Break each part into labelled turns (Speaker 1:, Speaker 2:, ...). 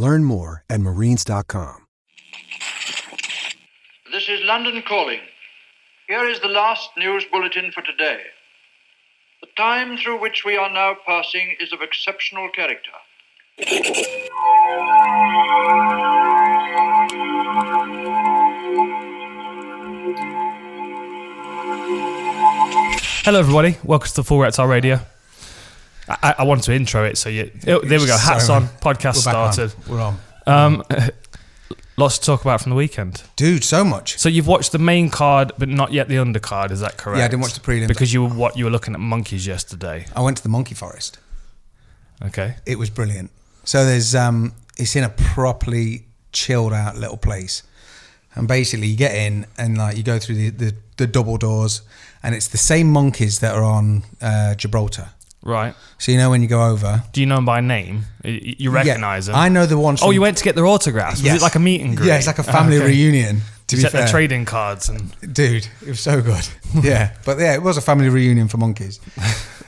Speaker 1: Learn more at marines.com.
Speaker 2: This is London Calling. Here is the last news bulletin for today. The time through which we are now passing is of exceptional character.
Speaker 3: Hello, everybody. Welcome to the Full Reptile Radio. I, I- I wanted to intro it, so you. oh, there we go. Hats
Speaker 4: Sorry,
Speaker 3: on.
Speaker 4: man.
Speaker 3: Podcast
Speaker 4: We're back
Speaker 3: started.
Speaker 4: On. We're on.
Speaker 3: Um, lots to talk about from the weekend.
Speaker 4: Dude, so much.
Speaker 3: So you've watched the main card, but not yet the undercard. Is that correct?
Speaker 4: Yeah, I didn't watch the prelims.
Speaker 3: because you were what you were looking at monkeys yesterday.
Speaker 4: I went to the Monkey Forest.
Speaker 3: Okay.
Speaker 4: It was brilliant. So there's um it's in a properly chilled out little place. And basically you get in and like you go through the, the, the double doors and it's the same monkeys that are on uh, Gibraltar.
Speaker 3: Right.
Speaker 4: So you know when you go over
Speaker 3: Do you know them by name? Y- y- You
Speaker 4: Yeah,
Speaker 3: recognise them?
Speaker 4: I know the ones
Speaker 3: Oh,
Speaker 4: from-
Speaker 3: you went to get their autographs. Was
Speaker 4: Yes.
Speaker 3: it like a meet and greet? Ah,
Speaker 4: Yeah, it's like a family
Speaker 3: Okay.
Speaker 4: reunion, to
Speaker 3: Is
Speaker 4: be
Speaker 3: that
Speaker 4: fair. Uh,
Speaker 3: their trading cards and
Speaker 4: Dude, it was so good. Yeah, but yeah, it was a family reunion for monkeys.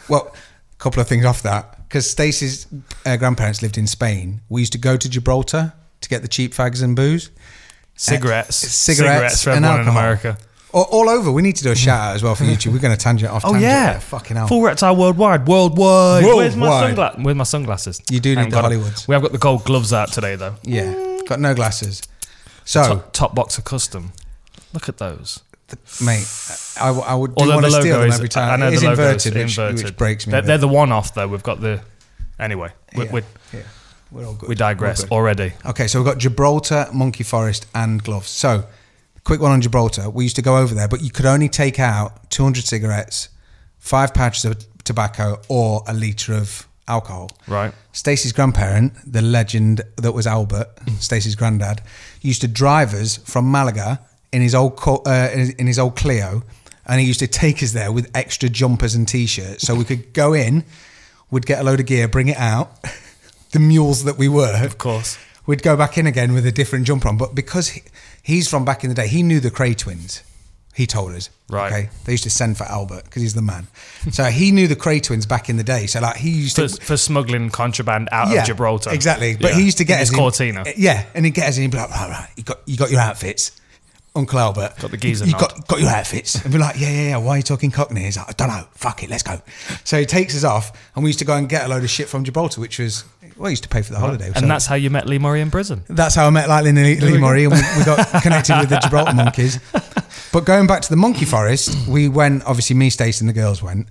Speaker 4: well, a couple of things off that because Stacey's uh, grandparents lived in Spain. We used to go to Gibraltar to get the cheap fags and booze,
Speaker 3: cigarettes,
Speaker 4: Uh, cigarettes,
Speaker 3: for
Speaker 4: and
Speaker 3: everyone in
Speaker 4: alcohol.
Speaker 3: America.
Speaker 4: All, all over. We need to do a shout out as well for YouTube. We're going to tangent off.
Speaker 3: Mm. Oh
Speaker 4: tangent
Speaker 3: yeah,
Speaker 4: there, fucking hell.
Speaker 3: Full reptile worldwide, worldwide. Where's my
Speaker 4: Worldwide.
Speaker 3: sunglasses? Where's my sunglasses?
Speaker 4: You do need
Speaker 3: Haven't
Speaker 4: the
Speaker 3: got 'em.
Speaker 4: Hollywoods.
Speaker 3: We have got the gold gloves out today though.
Speaker 4: yeah, got no glasses. So,
Speaker 3: Top, top box of custom. Look at those.
Speaker 4: mate, I, w- I would do
Speaker 3: Although
Speaker 4: want
Speaker 3: the
Speaker 4: to steal
Speaker 3: logo
Speaker 4: them
Speaker 3: is,
Speaker 4: every time.
Speaker 3: I know
Speaker 4: it is
Speaker 3: the logo
Speaker 4: inverted,
Speaker 3: is
Speaker 4: which,
Speaker 3: inverted.
Speaker 4: which breaks me.
Speaker 3: They're,
Speaker 4: but-
Speaker 3: they're the one off though. We've got the. Anyway, we,
Speaker 4: yeah,
Speaker 3: we,
Speaker 4: yeah. We're all good.
Speaker 3: we digress
Speaker 4: We're good.
Speaker 3: already.
Speaker 4: Okay, so we've got Gibraltar, Monkey Forest, and gloves. So, quick one on Gibraltar. We used to go over there, but you could only take out 200 cigarettes, five pouches of tobacco, or a litre of alcohol.
Speaker 3: Right.
Speaker 4: Stacey's grandparent, the legend that was Albert,
Speaker 3: Mm.
Speaker 4: Stacey's granddad, used to drive us from Malaga in his old co- uh, in his- in his old Clio, and he used to take us there with extra jumpers and t-shirts, so we could go in, we'd get a load of gear, bring it out, the mules that we were,
Speaker 3: Of course.
Speaker 4: we'd go back in again with a different jumper on. But because he, he's from back in the day, he knew the Cray twins. He told us.
Speaker 3: Right.
Speaker 4: They used to send for Albert because he's the man. So he knew the Cray twins back in the day. So like he used
Speaker 3: For,
Speaker 4: to
Speaker 3: for smuggling contraband out of Gibraltar.
Speaker 4: Exactly. But
Speaker 3: Yeah.
Speaker 4: he used to get
Speaker 3: In
Speaker 4: us
Speaker 3: his
Speaker 4: in-
Speaker 3: Cortina.
Speaker 4: Yeah, and he'd get us in he'd be like, right, right, you got you got your outfits. Uncle Albert.
Speaker 3: Got the geezer
Speaker 4: You
Speaker 3: nod.
Speaker 4: got got your outfits. And be like, yeah, yeah, yeah. Why are you talking Cockney? He's like, I don't know. Fuck it, let's go. So he takes us off and we used to go and get a load of shit from Gibraltar, which was well, we used to pay for the holiday. so-
Speaker 3: and that's how you met Lee Murray in prison.
Speaker 4: that's how I met Lightning Lee, Lee Murray, and we, we got connected with the Gibraltar monkeys. But going back to the monkey forest, we went. Obviously, me, Stacey, and the girls went.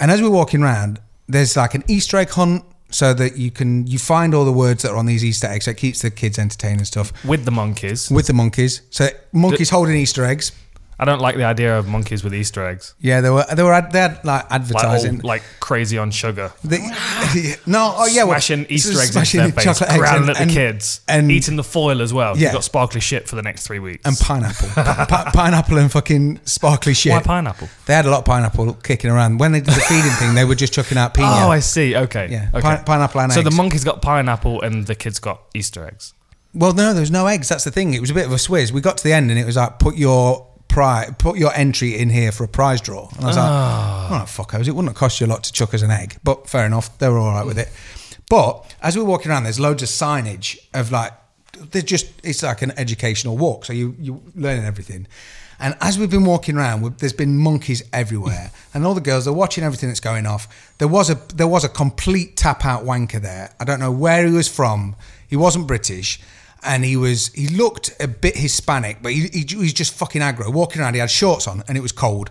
Speaker 4: And as we're walking around, there's like an Easter egg hunt, so that you can you find all the words that are on these Easter eggs. So it keeps the kids entertained and stuff
Speaker 3: With the monkeys.
Speaker 4: with the monkeys. So monkeys holding Easter eggs.
Speaker 3: I don't like the idea of monkeys with Easter eggs.
Speaker 4: Yeah, they were they were ad- they had like
Speaker 3: Like, all,
Speaker 4: advertising.
Speaker 3: like crazy on sugar.
Speaker 4: The- no, oh yeah, well,
Speaker 3: smashing Easter
Speaker 4: so
Speaker 3: eggs
Speaker 4: smashing
Speaker 3: into their face,
Speaker 4: chocolate eggs
Speaker 3: growling
Speaker 4: and-
Speaker 3: at the
Speaker 4: and-
Speaker 3: kids,
Speaker 4: and
Speaker 3: eating the foil as well.
Speaker 4: Yeah.
Speaker 3: You've got sparkly shit for the next three weeks.
Speaker 4: and pineapple, Pi- pineapple and fucking sparkly shit.
Speaker 3: Why pineapple?
Speaker 4: They had a lot of pineapple kicking around. When they did the feeding thing, they were just chucking out pina.
Speaker 3: Oh, I see. Okay.
Speaker 4: Yeah.
Speaker 3: Okay.
Speaker 4: Pine- pineapple and
Speaker 3: so the
Speaker 4: eggs.
Speaker 3: monkeys got pineapple and the kids got Easter eggs.
Speaker 4: well, no, there was no eggs. That's the thing. It was a bit of a swizz. We got to the end and it was like, put your prize, put your entry in here for a prize draw. And I was like, all right, fuck, it wouldn't have cost you a lot to chuck us an egg, but fair enough. They were all right with it. But as we were walking around, there's loads of signage of like, they're just, it's like an educational walk. So you, you learn everything. And as we've been walking around, we- there's been monkeys everywhere, and all the girls are watching everything that's going off. There was a there was a complete tap out wanker there. I don't know where he was from. He wasn't British, and he was he looked a bit Hispanic, but he, he, he was just fucking aggro. Walking around, he had shorts on, and it was cold.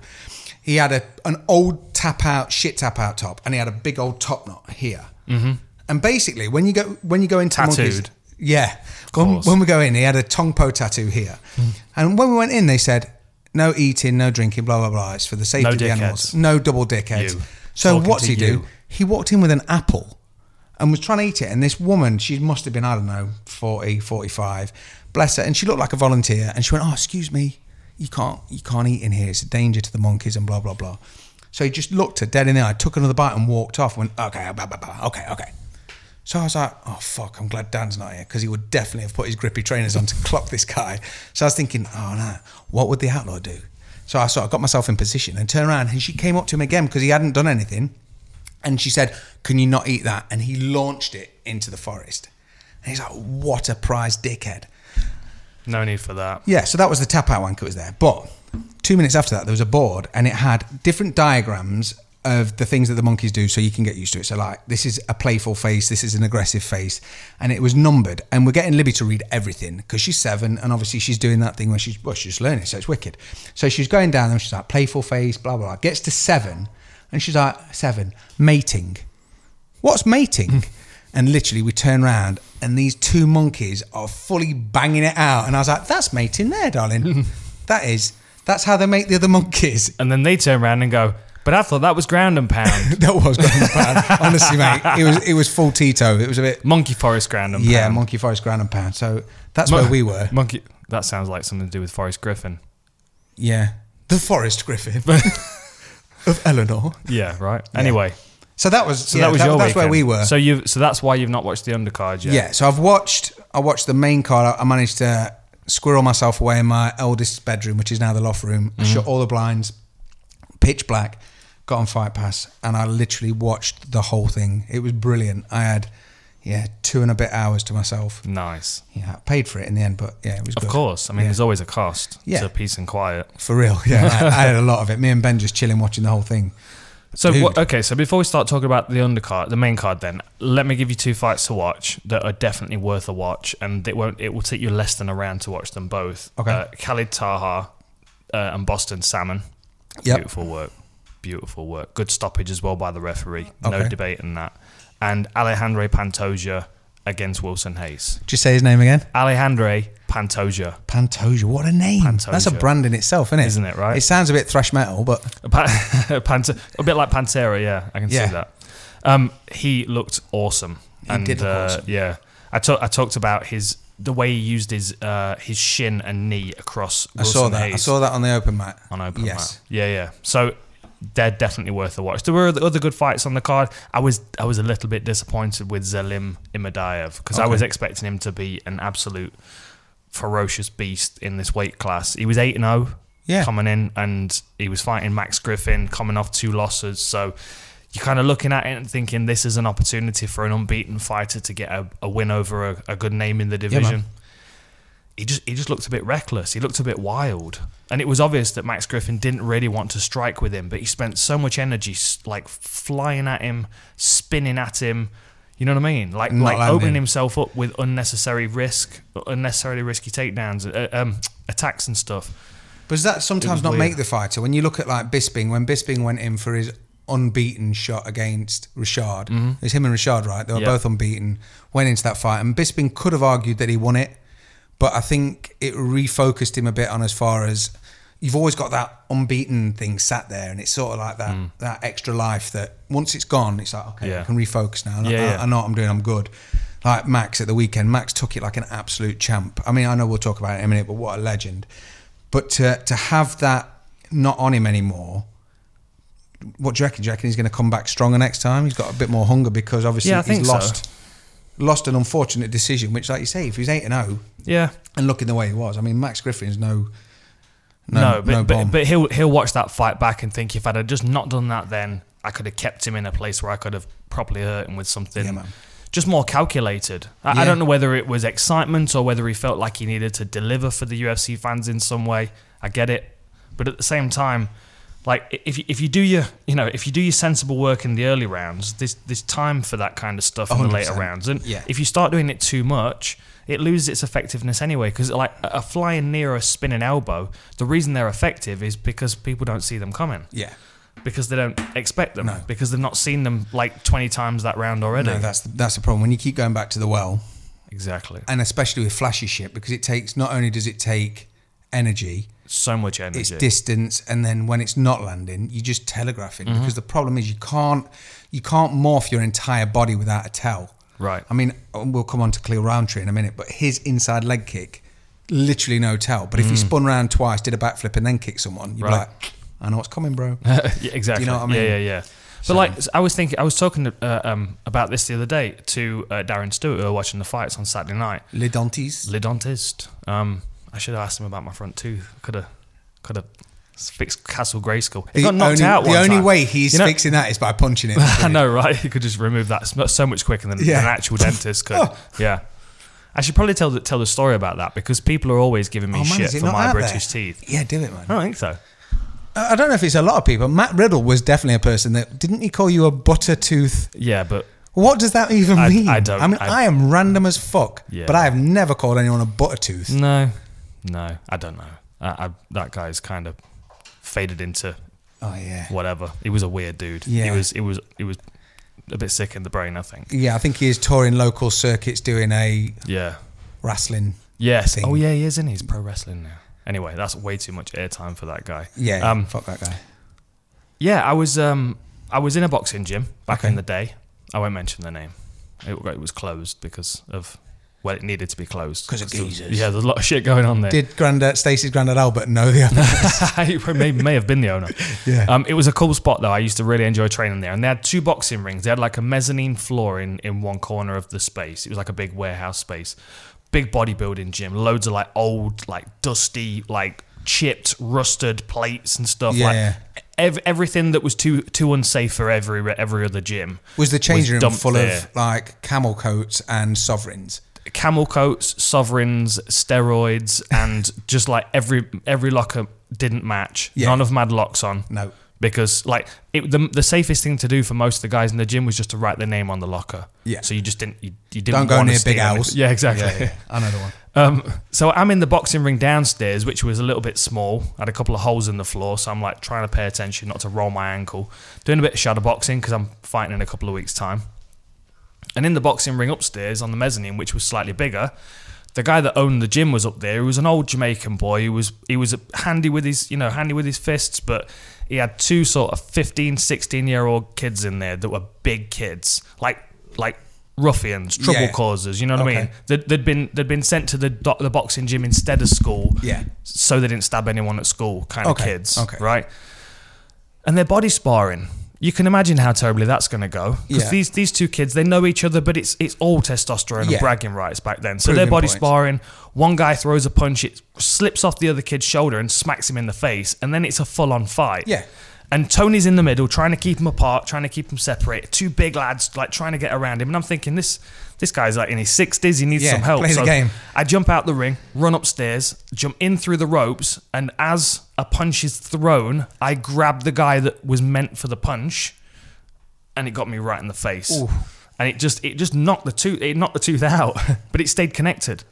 Speaker 4: He had a an old tap out shit tap out top, and he had a big old top knot here. Mm-hmm. And basically, when you go when you go into monkeys,
Speaker 3: Tattooed.
Speaker 4: yeah. When,
Speaker 3: course. Hmm.
Speaker 4: when we go in, he had a Tongpo tattoo here. And when we went in, they said, no eating, no drinking, blah, blah, blah. It's for the safety
Speaker 3: No
Speaker 4: of the animals.
Speaker 3: dickheads.
Speaker 4: No double dickheads.
Speaker 3: You.
Speaker 4: So
Speaker 3: Talking
Speaker 4: what's
Speaker 3: to
Speaker 4: he do?
Speaker 3: you.
Speaker 4: He walked in with an apple and was trying to eat it. And this woman, she must have been, I don't know, 40, 45, bless her. And she looked like a volunteer. And she went, "Oh, excuse me, you can't, you can't eat in here. It's a danger to the monkeys and blah blah blah." So he just looked her dead in the eye, took another bite, and walked off. Went, "Okay, blah, blah, blah, okay, okay." So I was like, "Oh fuck, I'm glad Dan's not here because he would definitely have put his grippy trainers on to clock this guy." So I was thinking, "Oh no, what would the outlaw do?" So I sort of got myself in position and turned around, and she came up to him again because he hadn't done anything. And she said, Can you not eat that? And he launched it into the forest. And he's like, What a prize dickhead.
Speaker 3: No need for that.
Speaker 4: Yeah, so that was the tap out wanker was there. But two minutes after that, there was a board and it had different diagrams of the things that the monkeys do so you can get used to it. So, like, this is a playful face, this is an aggressive face. And it was numbered. And we're getting Libby to read everything because she's seven and obviously she's doing that thing where she's, well, she's learning, so it's wicked. So she's going down and she's like, playful face, blah, blah, blah. Gets to seven and she's like, seven, mating. What's mating? and literally, we turn round and these two monkeys are fully banging it out. And I was like, that's mating there, darling. that is, that's how they make the other monkeys.
Speaker 3: And then they turn around and go, but I thought that was ground and pound.
Speaker 4: That was ground and pound. Honestly, mate, it was it was full Tito. It was a bit
Speaker 3: Monkey forest ground and pound.
Speaker 4: yeah, monkey forest ground and pound. So that's
Speaker 3: Mon-
Speaker 4: where we were.
Speaker 3: Monkey. That sounds like something to do with Forest Griffin.
Speaker 4: Yeah, the forest griffin of Eleanor.
Speaker 3: Yeah, right. Anyway,
Speaker 4: So that was
Speaker 3: so
Speaker 4: yeah,
Speaker 3: that was your
Speaker 4: That's where
Speaker 3: weekend.
Speaker 4: we were.
Speaker 3: So you so that's why you've not watched the undercard yet.
Speaker 4: Yeah. So I've watched. I watched the main card. I managed to squirrel myself away in my eldest bedroom, which is now the loft room.
Speaker 3: Mm-hmm.
Speaker 4: I shut all the blinds, pitch black. Got on Fight Pass, and I literally watched the whole thing. It was brilliant. I had, yeah, two and a bit hours to myself.
Speaker 3: Nice.
Speaker 4: Yeah, I paid for it in the end, but yeah, it was
Speaker 3: Of
Speaker 4: good.
Speaker 3: course. I mean,
Speaker 4: Yeah.
Speaker 3: there's always a cost
Speaker 4: Yeah.
Speaker 3: to peace and quiet.
Speaker 4: for real. Yeah, I, I had a lot of it. Me and Ben just chilling, watching the whole thing.
Speaker 3: So
Speaker 4: Dude.
Speaker 3: what, okay, so before we start talking about the undercard, the main card, then let me give you two fights to watch that are definitely worth a watch, and it won't. It will take you less than a round to watch them both.
Speaker 4: Okay.
Speaker 3: Uh, Khalid Taha uh, and Boston Salmon.
Speaker 4: Yep.
Speaker 3: Beautiful work. Beautiful work. Good stoppage as well by the referee. No
Speaker 4: Okay.
Speaker 3: debate in that. And Alejandro Pantoja against Wilson Hayes.
Speaker 4: Did you say his name again?
Speaker 3: Alejandro Pantoja.
Speaker 4: Pantoja. What a name. That's a
Speaker 3: Pantoja.
Speaker 4: brand in itself, isn't it?
Speaker 3: Isn't it, right?
Speaker 4: It sounds a bit thrash metal, but
Speaker 3: Pa- Pante- a bit like Pantera, yeah, I can
Speaker 4: Yeah.
Speaker 3: see that. Um, he looked awesome, and
Speaker 4: did look
Speaker 3: uh,
Speaker 4: awesome.
Speaker 3: yeah, I, ta- I talked about his the way he used his uh, his shin and knee across.
Speaker 4: I saw
Speaker 3: Wilson
Speaker 4: that. I
Speaker 3: Hayes
Speaker 4: saw that on the open mat.
Speaker 3: on open
Speaker 4: yes.
Speaker 3: mat. Yeah, yeah. So they're definitely worth a watch. There were other good fights on the card. I was I was a little bit disappointed with Zelim Imadaev because I was expecting him to be an absolute ferocious beast in this weight class. He was 8 and 0
Speaker 4: Yeah.
Speaker 3: coming in and he was fighting Max Griffin coming off two losses. So you're kind of looking at it and thinking this is an opportunity for an unbeaten fighter to get a, a win over a, a good name in the
Speaker 4: man.
Speaker 3: division he just he just looked a bit reckless. He looked a bit wild, and it was obvious that Max Griffin didn't really want to strike with him, but he spent so much energy s- like flying at him, spinning at him. You know what I mean? Like
Speaker 4: Not
Speaker 3: like
Speaker 4: landing.
Speaker 3: opening himself up with unnecessary risk, unnecessarily risky takedowns, uh, um, attacks and stuff.
Speaker 4: But does that sometimes not
Speaker 3: weird.
Speaker 4: make the fighter? When you look at like Bisping, when Bisping went in for his unbeaten shot against Rashad, it's him and Rashad, right? They were
Speaker 3: Mm-hmm. Yeah.
Speaker 4: both unbeaten, went into that fight, and Bisping could have argued that he won it, but I think it refocused him a bit on as far as you've always got that unbeaten thing sat there, and it's sort of like that that extra life that once it's gone, it's like okay,
Speaker 3: Mm. Yeah.
Speaker 4: I can refocus now.
Speaker 3: Yeah,
Speaker 4: I- I-
Speaker 3: yeah.
Speaker 4: I know what I'm doing. I'm good. Like Max at the weekend, Max took it like an absolute champ. I mean, I know we'll talk about it in a minute, but what a legend! But to to have that not on him anymore, what do you reckon? Do you reckon he's going to come back stronger next time? He's got a bit more hunger because obviously
Speaker 3: Yeah, I
Speaker 4: he's
Speaker 3: think so.
Speaker 4: lost lost an unfortunate decision. Which, like you say, if he's eight and zero
Speaker 3: Yeah,
Speaker 4: and looking the way he was, I mean, Max Griffin's no
Speaker 3: no,
Speaker 4: no
Speaker 3: but,
Speaker 4: no bomb.
Speaker 3: but but he'll he'll watch that fight back and think if I'd have just not done that, then I could have kept him in a place where I could have properly hurt him with something.
Speaker 4: Yeah, man.
Speaker 3: just more calculated. I, I
Speaker 4: Yeah.
Speaker 3: don't know whether it was excitement or whether he felt like he needed to deliver for the UFC fans in some way. I get it, but at the same time, like i- if you, if you do your you know if you do your sensible work in the early rounds, there's there's time for that kind of stuff in the later
Speaker 4: 100%.
Speaker 3: rounds. And
Speaker 4: Yeah.
Speaker 3: if you start doing it too much, it loses its effectiveness anyway. Because like a a flying knee or a spinning elbow, the reason they're effective is because people don't see them coming.
Speaker 4: yeah,
Speaker 3: Because they don't expect them.
Speaker 4: No.
Speaker 3: Because they've not seen them like twenty times that round already.
Speaker 4: no, that's the, that's the problem. When you keep going back to the well,
Speaker 3: exactly.
Speaker 4: and especially with flashy shit, because it takes not only does it take energy,
Speaker 3: so much energy.
Speaker 4: it's distance, and then when it's not landing, you just telegraphing
Speaker 3: Mm-hmm.
Speaker 4: because the problem is you can't you can't morph your entire body without a tell. um,
Speaker 3: Right.
Speaker 4: I mean, we'll come on to Cleo Roundtree in a minute, but his inside leg kick literally no tell. But if you spun around twice, did a backflip, and then kicked someone, you'd
Speaker 3: Mm. Right.
Speaker 4: be like, I know what's coming, bro.
Speaker 3: yeah, exactly.
Speaker 4: Do you know what I mean?
Speaker 3: Yeah, yeah, yeah. But like, I was thinking, I was talking uh, um, about this the other day to uh, Darren Stewart, who were watching the fights on Saturday night.
Speaker 4: Le Dantes.
Speaker 3: Le dentiste. Um, I should have asked him about my front tooth. Could have, could have fixed Castle Grayskull. It
Speaker 4: The
Speaker 3: got knocked
Speaker 4: only,
Speaker 3: out.
Speaker 4: the
Speaker 3: one
Speaker 4: only
Speaker 3: time.
Speaker 4: way he's
Speaker 3: You know-
Speaker 4: fixing that is by punching it.
Speaker 3: I know, right? You could just remove that sm- so much quicker than, than
Speaker 4: Yeah. Oh.
Speaker 3: an actual dentist could. Yeah. I should probably tell the, tell the story about that because people are always giving me
Speaker 4: Oh, man,
Speaker 3: shit
Speaker 4: is it
Speaker 3: for
Speaker 4: not
Speaker 3: my
Speaker 4: out
Speaker 3: British
Speaker 4: there?
Speaker 3: teeth.
Speaker 4: Yeah, do it, man.
Speaker 3: I don't think so.
Speaker 4: I I don't know if it's a lot of people. Matt Riddle was definitely a person that didn't he call you a butter tooth?
Speaker 3: Yeah, but
Speaker 4: What does that even
Speaker 3: I-
Speaker 4: mean?
Speaker 3: I don't-
Speaker 4: I mean,
Speaker 3: I-
Speaker 4: I, am random as fuck,
Speaker 3: Yeah. Mm.
Speaker 4: but I have never called anyone a butter tooth.
Speaker 3: no, no, I don't know. I, I, that guy's kind of faded into
Speaker 4: Oh yeah,
Speaker 3: whatever. He was a weird dude. He
Speaker 4: Yeah.
Speaker 3: was, he was, he was a bit sick in the brain, I think.
Speaker 4: yeah. I think he is touring local circuits doing a
Speaker 3: Yeah.
Speaker 4: wrestling.
Speaker 3: Yes.
Speaker 4: Thing.
Speaker 3: Oh, yeah, he is, isn't he? He's pro wrestling now. Anyway, that's way too much airtime for that guy.
Speaker 4: Yeah,
Speaker 3: Um,
Speaker 4: fuck that guy.
Speaker 3: Yeah, I was um, I was in a boxing gym back
Speaker 4: Okay.
Speaker 3: in the day. I won't mention the name. It, it was closed because of well, it needed to be closed
Speaker 4: 'Cause of
Speaker 3: there was-
Speaker 4: geezers.
Speaker 3: Yeah, there's a lot of shit going on there.
Speaker 4: Did Grandad Stacey's Grandad Albert know the other?
Speaker 3: he may, may have been the owner.
Speaker 4: Yeah.
Speaker 3: Um, it was a cool spot though. I used to really enjoy training there, and they had two boxing rings. They had like a mezzanine floor in in one corner of the space. It was like a big warehouse space, big bodybuilding gym, loads of like old, like dusty, like chipped, rusted plates and stuff.
Speaker 4: Yeah.
Speaker 3: Like ev- everything that was too too unsafe for every every other gym
Speaker 4: was the change room
Speaker 3: dumped
Speaker 4: full
Speaker 3: there.
Speaker 4: of like camel coats and sovereigns?
Speaker 3: camel coats, sovereigns, steroids, and just like every every locker didn't match.
Speaker 4: Yeah.
Speaker 3: None of them had locks on.
Speaker 4: No.
Speaker 3: Because like it, the the safest thing to do for most of the guys in the gym was just to write their name on the locker.
Speaker 4: Yeah.
Speaker 3: So you just didn't you, you didn't
Speaker 4: Don't go
Speaker 3: wanna
Speaker 4: near
Speaker 3: steal
Speaker 4: big
Speaker 3: anything.
Speaker 4: owls.
Speaker 3: Yeah, exactly.
Speaker 4: Yeah, yeah. I know the one.
Speaker 3: Um, so I'm in the boxing ring downstairs, which was a little bit small. I had a couple of holes in the floor, so I'm like trying to pay attention not to roll my ankle. Doing a bit of shadow boxing because I'm fighting in a couple of weeks' time. And in the boxing ring upstairs on the mezzanine, which was slightly bigger, the guy that owned the gym was up there. He was an old Jamaican boy. He was he was handy with his you know handy with his fists, but he had two sort of 15, 16 year old kids in there that were big kids, like like ruffians, trouble
Speaker 4: Yeah.
Speaker 3: causers. You know what I mean?
Speaker 4: Okay.
Speaker 3: That they'd been they'd been sent to the do- the boxing gym instead of school.
Speaker 4: Yeah.
Speaker 3: So they didn't stab anyone at school, kind of
Speaker 4: Okay,
Speaker 3: kids.
Speaker 4: okay.
Speaker 3: Right. And their body sparring. You can imagine how terribly that's going to go because
Speaker 4: Yeah.
Speaker 3: these these two kids they know each other, but it's it's all testosterone
Speaker 4: Yeah.
Speaker 3: and bragging rights back then. So
Speaker 4: Proving
Speaker 3: their body
Speaker 4: points.
Speaker 3: sparring. One guy throws a punch, it slips off the other kid's shoulder and smacks him in the face, and then it's a full on fight.
Speaker 4: Yeah.
Speaker 3: And Tony's in the middle, trying to keep them apart, trying to keep them separate. Two big lads, like trying to get around him. And I'm thinking, this this guy's like in his sixties. He needs
Speaker 4: Yeah,
Speaker 3: some help.
Speaker 4: play the game.
Speaker 3: I jump out the ring, run upstairs, jump in through the ropes, and as a punch is thrown, I grab the guy that was meant for the punch, and it got me right in the face. And it just it just knocked the tooth it knocked the tooth out, but it stayed connected.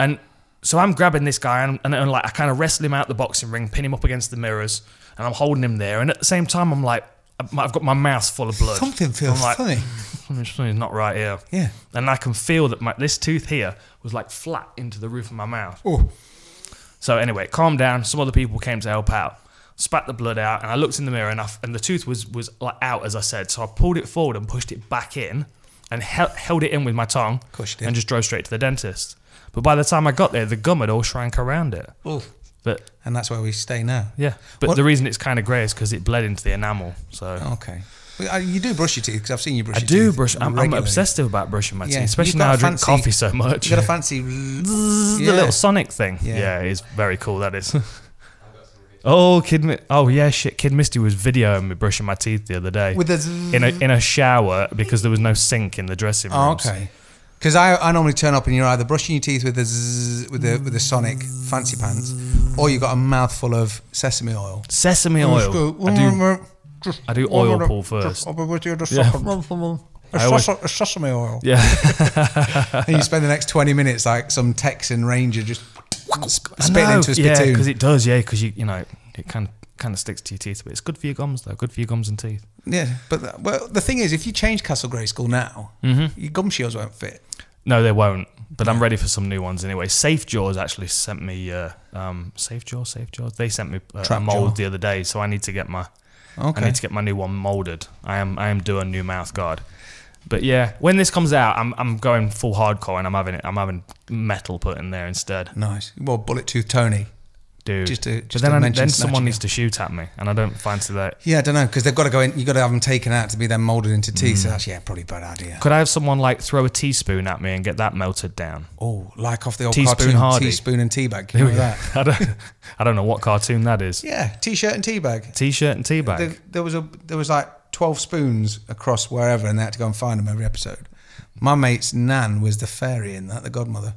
Speaker 3: And so I'm grabbing this guy and, and, and like I kind of wrestle him out the boxing ring, pin him up against the mirrors, and I'm holding him there. And at the same time, I'm like, I'm- I've got my mouth full of blood.
Speaker 4: Something feels
Speaker 3: I'm like,
Speaker 4: funny.
Speaker 3: Something's not right here.
Speaker 4: Yeah.
Speaker 3: And I can feel that my, this tooth here was like flat into the roof of my mouth.
Speaker 4: Oh.
Speaker 3: So anyway, it calmed down. Some other people came to help out, spat the blood out, and I looked in the mirror and, I, and the tooth was was like out as I said. So I pulled it forward and pushed it back in, and hel- held it in with my tongue,
Speaker 4: course you did.
Speaker 3: and just drove straight to the dentist. But by the time I got there, the gum had all shrank around it.
Speaker 4: Oh.
Speaker 3: But
Speaker 4: And that's where we stay now.
Speaker 3: yeah, but
Speaker 4: What-
Speaker 3: the reason it's kind of grey is because it bled into the enamel. So.
Speaker 4: Okay. Well, I- You do brush your teeth because I've seen you brush
Speaker 3: I
Speaker 4: your teeth.
Speaker 3: do brush. I'm, I'm
Speaker 4: regularly.
Speaker 3: obsessive about brushing my teeth,
Speaker 4: you've
Speaker 3: especially
Speaker 4: got
Speaker 3: now
Speaker 4: a
Speaker 3: I drink
Speaker 4: fancy-
Speaker 3: coffee so much.
Speaker 4: You got a fancy.
Speaker 3: the
Speaker 4: Yeah.
Speaker 3: little Sonic thing. Yeah.
Speaker 4: Yeah.
Speaker 3: it is very cool. That is. oh, kid. Mi- Oh yeah, shit. Kid Misty was videoing me brushing my teeth the other day
Speaker 4: With a
Speaker 3: in a in a shower because there was no sink in the dressing room.
Speaker 4: Oh, okay. Because I, I normally turn up and you're either brushing your teeth with the zzz, with the with the Sonic fancy pants, or you have got a mouthful of sesame oil. mm,
Speaker 3: Sesame
Speaker 4: Oh,
Speaker 3: oil. I do. I do oil pull first. Yeah. I always-
Speaker 4: It's sesame oil.
Speaker 3: Yeah.
Speaker 4: And you spend the next 20 minutes like some Texan ranger just sp-
Speaker 3: I
Speaker 4: spitting
Speaker 3: know,
Speaker 4: into a
Speaker 3: Yeah,
Speaker 4: spittoon.
Speaker 3: because it does. Yeah, because you you know it kind of kind of sticks to your teeth, but it's good for your gums though. Good for your gums and teeth.
Speaker 4: yeah, but that, well, the thing is, if you change Castle Grey School now, your gum shields won't fit.
Speaker 3: No, they won't. But I'm ready for some new ones anyway. Safe Jaws actually sent me uh, um, Safe Jaws, Safe Jaws. They sent me uh, a
Speaker 4: Trap
Speaker 3: mold
Speaker 4: jaw.
Speaker 3: the other day, so I need to get my
Speaker 4: Okay.
Speaker 3: I need to get my new one molded. I am I am doing new mouth guard. But yeah, when this comes out, I'm, I'm going full hardcore and I'm having it. I'm having metal put in there instead,
Speaker 4: Nice. Well, Bullet Tooth Tony.
Speaker 3: dude.
Speaker 4: Just to- just
Speaker 3: but then,
Speaker 4: to
Speaker 3: I-
Speaker 4: mention
Speaker 3: then
Speaker 4: Snatch
Speaker 3: someone
Speaker 4: again.
Speaker 3: needs to shoot at me, and I don't fancy that.
Speaker 4: Yeah, I don't know because they've got to go in. You got to have them taken out to be then molded into tea. So that's yeah, probably a bad idea.
Speaker 3: Could I have someone like throw a teaspoon at me and get that melted down?
Speaker 4: Oh, like off the old
Speaker 3: Teaspoon
Speaker 4: cartoon,
Speaker 3: Hardy.
Speaker 4: teaspoon and teabag. There we go.
Speaker 3: I don't, I don't know what cartoon that is.
Speaker 4: Yeah, t-shirt and teabag.
Speaker 3: T-shirt and teabag.
Speaker 4: There, there was a there was like twelve spoons across wherever, and they had to go and find them every episode. My mate's nan was the fairy in that, the godmother.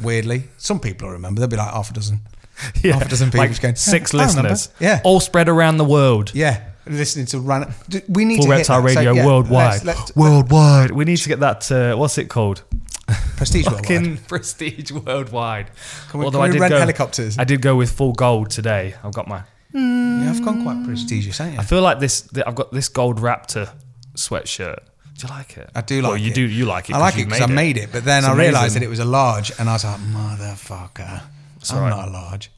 Speaker 4: Weirdly, some people will remember. There'll be like half a dozen,
Speaker 3: Yeah,
Speaker 4: half a dozen people
Speaker 3: like
Speaker 4: just going
Speaker 3: six
Speaker 4: "Yeah, I remember."
Speaker 3: listeners,
Speaker 4: Yeah,
Speaker 3: all spread around the world.
Speaker 4: yeah. Listening to ran. D- We need
Speaker 3: Full
Speaker 4: to hit
Speaker 3: Reptile
Speaker 4: that. So,
Speaker 3: Radio
Speaker 4: yeah,
Speaker 3: worldwide,
Speaker 4: let's- let's-
Speaker 3: worldwide. We need to get that. Uh, what's it called?
Speaker 4: prestige worldwide.
Speaker 3: Fucking prestige worldwide.
Speaker 4: Can we- can we rent helicopters?
Speaker 3: I did go with full gold today. I've got my.
Speaker 4: Yeah, I've gone quite prestigious, ain't
Speaker 3: I
Speaker 4: I?
Speaker 3: feel like this. th- I've got this gold raptor sweatshirt. Do you like it?
Speaker 4: I do like
Speaker 3: well, you
Speaker 4: it.
Speaker 3: do. You like it?
Speaker 4: I like it
Speaker 3: you've
Speaker 4: because I made it, but then
Speaker 3: It's
Speaker 4: I realised
Speaker 3: amazing.
Speaker 4: that it was a large, and I was like, motherfucker, I'm
Speaker 3: all right.
Speaker 4: not a large.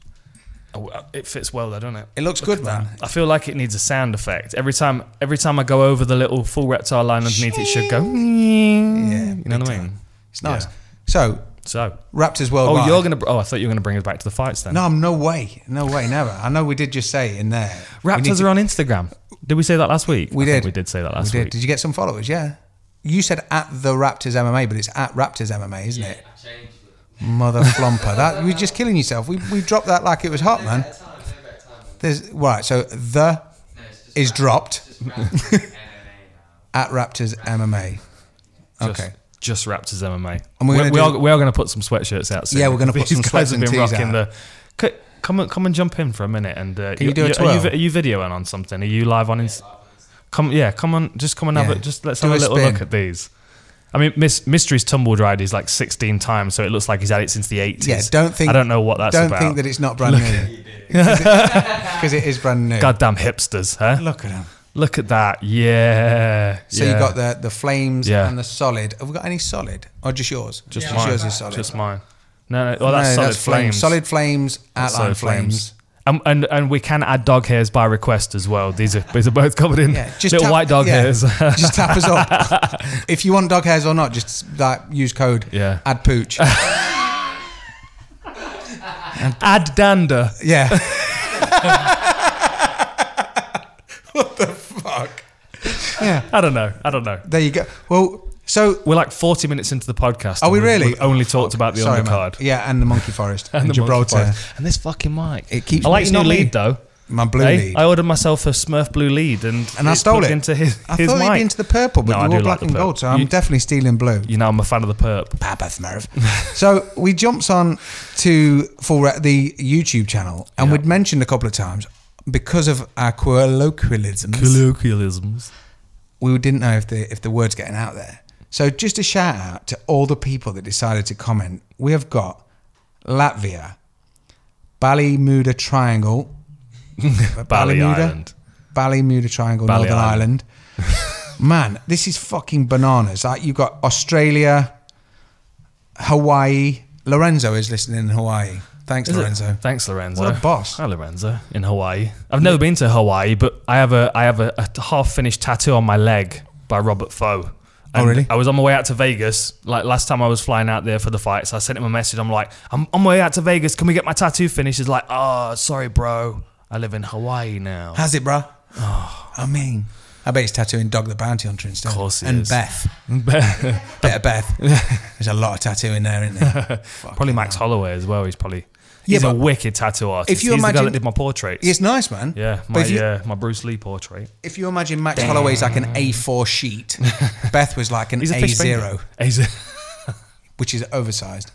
Speaker 3: Oh, uh, It fits well, though, doesn't it?
Speaker 4: It looks good, man.
Speaker 3: I feel like it needs a sound effect every time. Every time I go over the little full reptile line underneath, it should go.
Speaker 4: Yeah,
Speaker 3: Yeah, you know
Speaker 4: big
Speaker 3: what I mean.
Speaker 4: time. It's nice.
Speaker 3: Yeah.
Speaker 4: So
Speaker 3: So,
Speaker 4: Raptors
Speaker 3: oh,
Speaker 4: worldwide.
Speaker 3: you're gonna. br- Oh, I thought you were gonna bring us back to the fights then.
Speaker 4: No, I'm no way, no way, never. I know we did just say in there. we need
Speaker 3: Raptors
Speaker 4: to-
Speaker 3: are on Instagram. Did we say that last week?
Speaker 4: We
Speaker 3: I
Speaker 4: did.
Speaker 3: think we did say that last
Speaker 4: we did.
Speaker 3: week.
Speaker 4: Did you get some followers? Yeah. You said at the Raptors MMA, but it's at Raptors MMA, isn't it? Mother flumper. that you were just killing yourself. We we dropped that like it was hot, man. There's right. So the is dropped at Raptors MMA.
Speaker 3: Just-
Speaker 4: Okay.
Speaker 3: Just Raptors MMA.
Speaker 4: And we're
Speaker 3: we
Speaker 4: gonna
Speaker 3: we
Speaker 4: do-
Speaker 3: are, we are going to put some sweatshirts out soon.
Speaker 4: Yeah, we're gonna put
Speaker 3: These
Speaker 4: some
Speaker 3: guys
Speaker 4: sweats
Speaker 3: have been
Speaker 4: and tees
Speaker 3: rocking the.
Speaker 4: out.
Speaker 3: C- Come and come and jump in for a minute and uh,
Speaker 4: Can you do a
Speaker 3: are, you, vi-
Speaker 4: twirl?
Speaker 3: are you videoing on something? Are you live on Insta? Come yeah, come on, just come and have
Speaker 4: Yeah.
Speaker 3: a just let's
Speaker 4: Do
Speaker 3: have a
Speaker 4: a
Speaker 3: little
Speaker 4: spin.
Speaker 3: look at these. I mean, Miss Mystery's tumble dried is like 16 times, so it looks like he's had it since the 80s.
Speaker 4: Yeah. Don't think.
Speaker 3: I don't know what that's
Speaker 4: Don't
Speaker 3: about.
Speaker 4: think that it's not brand new because it is brand new.
Speaker 3: Goddamn hipsters, huh? Look,
Speaker 4: Look at them.
Speaker 3: at that, yeah.
Speaker 4: So
Speaker 3: yeah.
Speaker 4: you got the the flames
Speaker 3: Yeah.
Speaker 4: and the solid. Have we got any solid or just yours?
Speaker 3: just mine.
Speaker 4: yours is solid.
Speaker 3: Just mine. No, no, well, that's
Speaker 4: No,
Speaker 3: solid
Speaker 4: flame.
Speaker 3: flames.
Speaker 4: Solid flames.
Speaker 3: That's
Speaker 4: Outline
Speaker 3: solid
Speaker 4: flames.
Speaker 3: Um, and and we can add dog hairs by request as well. These are these are both covered in
Speaker 4: Yeah, just
Speaker 3: little
Speaker 4: tap-
Speaker 3: white dog
Speaker 4: yeah,
Speaker 3: hairs.
Speaker 4: just tap us up. If you want dog hairs or not, just like use code.
Speaker 3: Yeah.
Speaker 4: Add pooch.
Speaker 3: Add dander.
Speaker 4: yeah. what the fuck?
Speaker 3: I don't know. I don't know.
Speaker 4: There you go. Well, so
Speaker 3: We're like forty minutes into the podcast.
Speaker 4: Are
Speaker 3: and
Speaker 4: we
Speaker 3: we've-
Speaker 4: really? Oh,
Speaker 3: We've only talked about the
Speaker 4: sorry, man.
Speaker 3: undercard
Speaker 4: Yeah, and the monkey forest and,
Speaker 3: and the
Speaker 4: Gibraltar.
Speaker 3: Gibraltar and this fucking mic.
Speaker 4: It keeps-
Speaker 3: I like
Speaker 4: it's
Speaker 3: your new
Speaker 4: not me.
Speaker 3: lead though.
Speaker 4: My blue
Speaker 3: Eh?
Speaker 4: lead.
Speaker 3: I ordered myself a Smurf blue lead and
Speaker 4: and I
Speaker 3: it's
Speaker 4: stole
Speaker 3: plugged
Speaker 4: it.
Speaker 3: into his.
Speaker 4: I
Speaker 3: his
Speaker 4: thought
Speaker 3: mic.
Speaker 4: you'd be into the purple, but
Speaker 3: No, I
Speaker 4: you're
Speaker 3: do
Speaker 4: all
Speaker 3: like
Speaker 4: black
Speaker 3: the
Speaker 4: and
Speaker 3: purple.
Speaker 4: gold, so I'm
Speaker 3: You-
Speaker 4: definitely stealing blue.
Speaker 3: You know, I'm a fan of the perp.
Speaker 4: Papa Smurf. so we jumped on to for re- the YouTube channel, and we'd mentioned a couple of times because of our colloquialisms,
Speaker 3: Colloquialisms.
Speaker 4: we didn't know if the if the word's getting out there. So just a shout out to all the people that decided to comment. We have got Latvia, Ballymuda Triangle,
Speaker 3: Bali Island.
Speaker 4: Ballymuda Triangle,
Speaker 3: Bali
Speaker 4: Northern Ireland. Man, this is fucking bananas. Like you've got Australia, Hawaii. Lorenzo is listening in Hawaii. Thanks,
Speaker 3: Is it?
Speaker 4: Lorenzo.
Speaker 3: Thanks, Lorenzo.
Speaker 4: What a boss.
Speaker 3: Hi, Lorenzo. In Hawaii. I've never been to Hawaii, but I have a I have a, a half-finished tattoo on my leg by Robert Foe. And
Speaker 4: Oh, really?
Speaker 3: I was on my way out to Vegas. Like last time I was flying out there for the fights, I sent him a message. I'm like, I'm on my way out to Vegas. Can we get my tattoo finished? He's like, oh, sorry, bro. I live in Hawaii now.
Speaker 4: How's it, bruh? I mean, I bet he's tattooing Dog the Bounty Hunter instead. Of
Speaker 3: Oh. course he
Speaker 4: And
Speaker 3: is.
Speaker 4: Beth. Better Beth. There's a lot of tattooing there, isn't there?
Speaker 3: probably Max Holloway as well. He's probably he's
Speaker 4: Yeah,
Speaker 3: a
Speaker 4: but
Speaker 3: wicked tattoo artist.
Speaker 4: if you
Speaker 3: he's the guy
Speaker 4: imagine-
Speaker 3: that did my portraits.
Speaker 4: it's nice, man.
Speaker 3: yeah,
Speaker 4: But
Speaker 3: my
Speaker 4: if you,
Speaker 3: uh, my Bruce Lee portrait.
Speaker 4: if you imagine Max Holloway's like an A4 sheet, Beth was like an
Speaker 3: He's a fish
Speaker 4: A0.
Speaker 3: finger. He's a-
Speaker 4: which is oversized.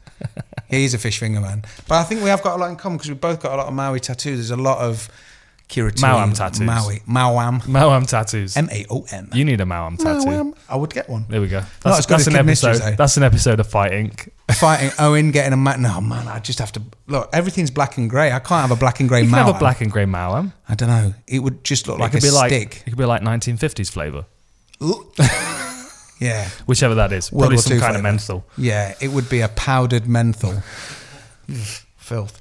Speaker 4: he is a fish finger man. But I think we have got a lot in common because we've both got a lot of Maui tattoos. There's a lot of Kiratui.
Speaker 3: Mauam tattoos.
Speaker 4: Maui. Mauam.
Speaker 3: Mauam tattoos.
Speaker 4: M A O M.
Speaker 3: you need a Mauam tattoo.
Speaker 4: Mauam. I would get one.
Speaker 3: There we go. That's,
Speaker 4: um, Not as good
Speaker 3: that's
Speaker 4: as
Speaker 3: an
Speaker 4: Kid eh?
Speaker 3: episode.
Speaker 4: Mysteries, though.
Speaker 3: That's an episode of Fight Inc.
Speaker 4: Fighting Owen, getting a man. No, man, I just have to. Look, everything's black and grey. I can't have a black and grey
Speaker 3: You can
Speaker 4: Mauam.
Speaker 3: have a black and grey Mauam.
Speaker 4: I don't know. It would just look like
Speaker 3: it
Speaker 4: a
Speaker 3: could be like
Speaker 4: stick.
Speaker 3: it could be like 1950s flavour,
Speaker 4: yeah.
Speaker 3: whichever that is.
Speaker 4: World
Speaker 3: Probably
Speaker 4: War
Speaker 3: some
Speaker 4: Two
Speaker 3: kind of
Speaker 4: flavour.
Speaker 3: menthol.
Speaker 4: Yeah, it would be a powdered menthol. Filth.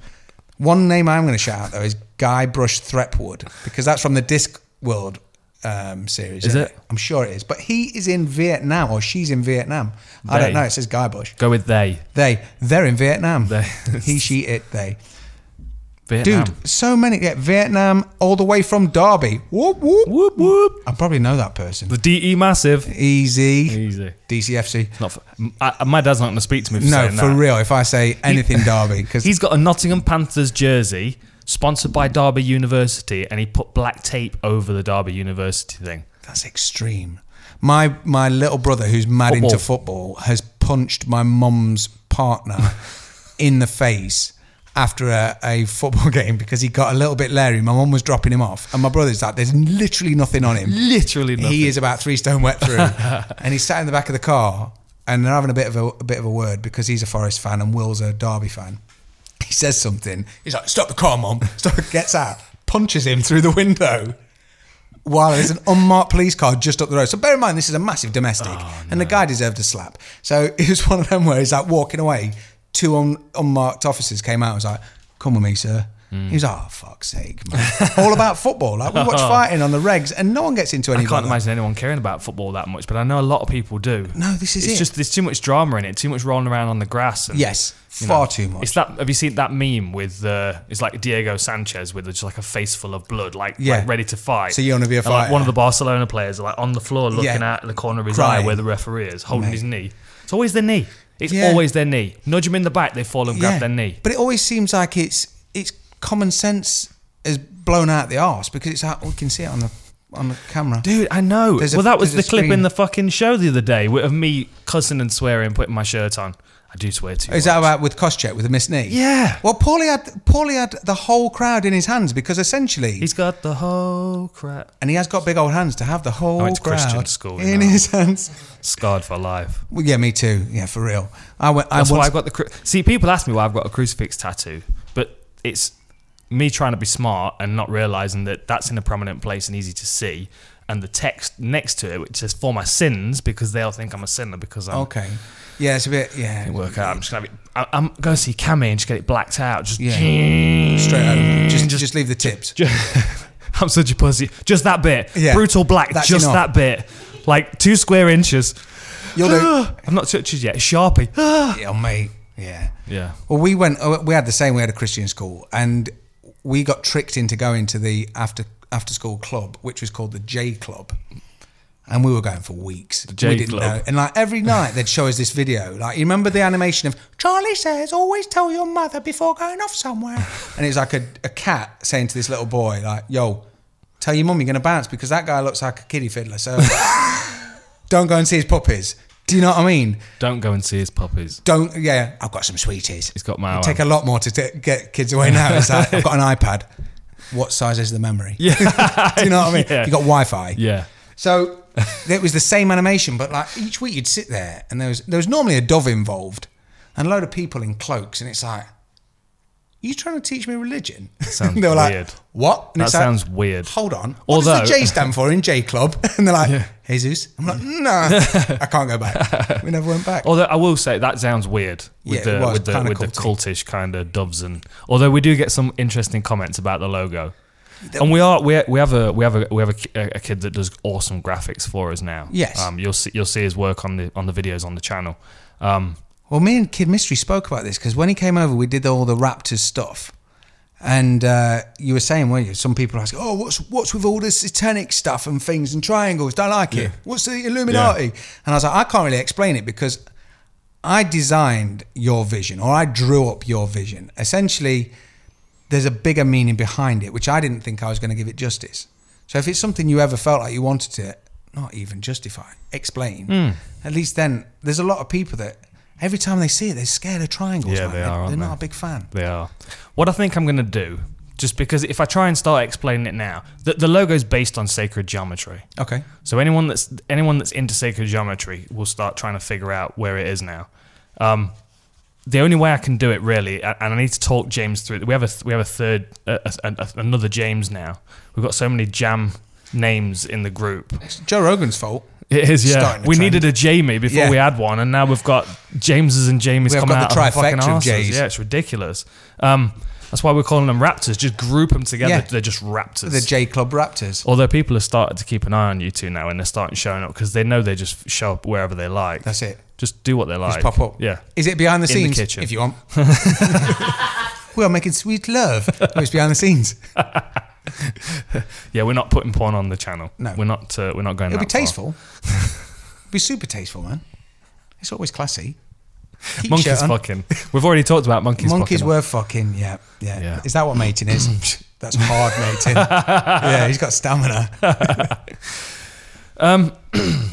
Speaker 4: One name I'm going to shout out though is Guybrush Threepwood because that's from the Disc World um, series.
Speaker 3: Is
Speaker 4: isn't
Speaker 3: it?
Speaker 4: I'm sure it is. But he is in Vietnam or she's in Vietnam. I
Speaker 3: They.
Speaker 4: don't know. It says Guy Bush.
Speaker 3: Go with they.
Speaker 4: They, they're in Vietnam.
Speaker 3: They.
Speaker 4: he, she, it, they.
Speaker 3: Vietnam.
Speaker 4: Dude, so many. Yeah, Vietnam all the way from Derby. Whoop, whoop.
Speaker 3: Whoop whoop.
Speaker 4: I probably know that person.
Speaker 3: The DE massive.
Speaker 4: Easy.
Speaker 3: Easy.
Speaker 4: DCFC.
Speaker 3: Not for, I, uh, my dad's not going to speak to me for
Speaker 4: No,
Speaker 3: saying
Speaker 4: for
Speaker 3: that.
Speaker 4: real. If I say anything Derby, because
Speaker 3: He's got a Nottingham Panthers jersey sponsored by Derby University, and he put black tape over the Derby University thing.
Speaker 4: That's extreme. My my little brother, who's mad into football, has punched my mum's partner in the face after a, a football game because he got a little bit leery. My mum was dropping him off, and my brother's like, "There's literally nothing on him.
Speaker 3: Literally nothing.
Speaker 4: He is about three stone wet through, and he's sat in the back of the car, and they're having a bit of a, a bit of a word because he's a Forest fan and Will's a Derby fan. He says something. He's like, "Stop the car, mum!" Stop. Gets out, punches him through the window while there's an unmarked police car just up the road. So bear in mind, this is a massive domestic,
Speaker 3: Oh,
Speaker 4: and the guy deserved a slap. So it was one of them where he's like walking away. Two un- unmarked officers came out and was like, "Come with me, sir."
Speaker 3: Hmm.
Speaker 4: He was like, "Oh fuck's sake, man! All about football. Like we watch fighting on the regs, and no one gets into any.
Speaker 3: I can't
Speaker 4: of that.
Speaker 3: imagine anyone caring about football that much, but I know a lot of people do.
Speaker 4: No, this is
Speaker 3: it's
Speaker 4: it.
Speaker 3: just there's too much drama in it, too much rolling around on the grass. And,
Speaker 4: Yes,
Speaker 3: you
Speaker 4: far too much.
Speaker 3: It's that. Have you seen that meme with uh, it's like Diego Sanchez with just like a face full of blood, like,
Speaker 4: Yeah.
Speaker 3: like ready to fight.
Speaker 4: So you wanna be a
Speaker 3: And, like,
Speaker 4: fighter.
Speaker 3: one of the Barcelona players are like on the floor looking
Speaker 4: Yeah.
Speaker 3: out the corner of his eye
Speaker 4: Crying.
Speaker 3: where the referee is holding his knee. It's always their knee. It's
Speaker 4: Yeah.
Speaker 3: always their knee. Nudge them in the back, they fall and grab their knee.
Speaker 4: But it always seems like it's it's common sense is blown out the arse because it's out. We can see it on the on the camera.
Speaker 3: Dude, I know.
Speaker 4: There's a-
Speaker 3: well, that was the
Speaker 4: there's a
Speaker 3: clip in
Speaker 4: screen.
Speaker 3: the fucking show the other day with- of me cussing and swearing, putting my shirt on. I do swear to you.
Speaker 4: Is that about with Koscheck with a missed knee?
Speaker 3: Yeah.
Speaker 4: Well, Paulie had Paulie had the whole crowd in his hands because essentially,
Speaker 3: He's got the whole crap
Speaker 4: and he has got big old hands to have the whole
Speaker 3: went to
Speaker 4: crowd
Speaker 3: Oh, Christian school, you
Speaker 4: in
Speaker 3: know.
Speaker 4: his hands.
Speaker 3: scarred for life.
Speaker 4: Well, yeah, me too. Yeah, for real. I went.
Speaker 3: That's
Speaker 4: I
Speaker 3: why
Speaker 4: once,
Speaker 3: I've got the. Cru- See, people ask me why I've got a crucifix tattoo, but it's me trying to be smart and not realizing that that's in a prominent place and easy to see. And the text next to it, which says "for my sins," because they'll think I'm a sinner because I'm
Speaker 4: Okay. Yeah, it's a bit. Yeah.
Speaker 3: didn't work out. I'm just gonna have it. I, I'm going to see Cammy and just get it blacked out. Just
Speaker 4: Yeah. Straight home.
Speaker 3: Mm,
Speaker 4: Just, just leave the tips.
Speaker 3: I'm such a pussy. Just that bit.
Speaker 4: Yeah.
Speaker 3: Brutal black.
Speaker 4: That's
Speaker 3: just that
Speaker 4: enough.
Speaker 3: bit. Like two square inches.
Speaker 4: You'll do.
Speaker 3: I've not touched it yet. Sharpie.
Speaker 4: yeah, mate. Yeah.
Speaker 3: yeah.
Speaker 4: Well, we went. oh, We had the same. We had a Christian school, and we got tricked into going to the after after school club, which was called the J Club. And we were going for weeks. The
Speaker 3: J
Speaker 4: we didn't
Speaker 3: Club.
Speaker 4: know. And like every night, they'd show us this video. Like you remember the animation of Charlie says, "Always tell your mother before going off somewhere." and it was like a, a cat saying to this little boy, "Like yo, tell your mum you're going to bounce because that guy looks like a kiddie fiddler." So don't go and see his puppies. Do you know what I mean?
Speaker 3: Don't go and see his puppies.
Speaker 4: Don't. Yeah, I've got some sweeties.
Speaker 3: He's got my
Speaker 4: It'd take a lot more to t- get kids away now. It's like, I've got an iPad. What size is the memory? Yeah. Do you know what I mean?
Speaker 3: Yeah.
Speaker 4: You got Wi Fi.
Speaker 3: Yeah.
Speaker 4: So it was the same animation, but like each week you'd sit there and there was there was normally a dove involved and a load of people in cloaks, and it's like, you trying to teach me religion?
Speaker 3: sounds
Speaker 4: And they were
Speaker 3: weird.
Speaker 4: like, what? And
Speaker 3: That
Speaker 4: it's like,
Speaker 3: sounds weird.
Speaker 4: Hold on. What does the
Speaker 3: Although-
Speaker 4: J stand for in J Club? And they're like, Jesus. I'm like, no, I can't go back. We never went back.
Speaker 3: Although I will say that sounds weird with
Speaker 4: Yeah, it
Speaker 3: the
Speaker 4: was
Speaker 3: with the
Speaker 4: kinda
Speaker 3: with the cultish kind of doves and although we do get some interesting comments about the logo. And we are we, we have a we have a we have a, ki- a a kid that does awesome graphics for us now.
Speaker 4: Yes.
Speaker 3: Um you'll see you'll see his work on the on the videos on the channel. Um
Speaker 4: Well, me and Kid Mystery spoke about this because when he came over, we did all the Raptors stuff, and uh, you were saying, weren't you? Some people ask, "Oh, what's what's with all this satanic stuff and things and triangles? Don't like it. What's the Illuminati?" And I was like, "I can't really explain it because I designed your vision or I drew up your vision. Essentially, there's a bigger meaning behind it, which I didn't think I was going to give it justice. So if it's something you ever felt like you wanted to not even justify, explain,
Speaker 3: Hmm.
Speaker 4: at least then there's a lot of people that every time they see it, they're scared of triangles.
Speaker 3: Yeah,
Speaker 4: man.
Speaker 3: they are, aren't
Speaker 4: They're
Speaker 3: they?
Speaker 4: not a big fan.
Speaker 3: They are. What I think I'm going to do, just because if I try and start explaining it now, the, the logo is based on sacred geometry.
Speaker 4: Okay.
Speaker 3: So anyone that's anyone that's into sacred geometry will start trying to figure out where it is now. Um, the only way I can do it really, a- and I need to talk James through. We have a th- we have a third uh, a, a, another James now. We've got so many jam names in the group.
Speaker 4: It's Joe Rogan's fault.
Speaker 3: It is, yeah.
Speaker 4: Starting to
Speaker 3: We
Speaker 4: trend.
Speaker 3: needed a Jamie before
Speaker 4: Yeah.
Speaker 3: we had one, and now we've got Jameses and Jamies
Speaker 4: We have
Speaker 3: coming
Speaker 4: got
Speaker 3: out
Speaker 4: the
Speaker 3: of our fucking
Speaker 4: trifecta of
Speaker 3: arses.
Speaker 4: J's.
Speaker 3: Yeah, it's ridiculous. Um, that's why we're calling them Raptors. Just group them together.
Speaker 4: Yeah.
Speaker 3: They're just Raptors.
Speaker 4: The J Club Raptors.
Speaker 3: Although people have started to keep an eye on you two now, and they're starting showing up because they know they just show up wherever they like.
Speaker 4: That's it.
Speaker 3: Just do what they like.
Speaker 4: Just pop up.
Speaker 3: Yeah.
Speaker 4: Is it behind the
Speaker 3: In the
Speaker 4: scenes?
Speaker 3: kitchen.
Speaker 4: If you want. we are making sweet love. Oh, it's behind the scenes.
Speaker 3: Yeah, we're not putting porn on the channel.
Speaker 4: No.
Speaker 3: we're not. Uh, we're not going.
Speaker 4: It'll be
Speaker 3: that far.
Speaker 4: tasteful. It'll be super tasteful, man. It's always classy. Keep your
Speaker 3: Monkeys
Speaker 4: shirt on.
Speaker 3: fucking. We've already talked about monkeys.
Speaker 4: Monkeys
Speaker 3: fucking.
Speaker 4: were fucking, yeah, yeah,
Speaker 3: Yeah.
Speaker 4: Is that what mating is? That's hard mating. yeah, he's got stamina. um.
Speaker 3: Um,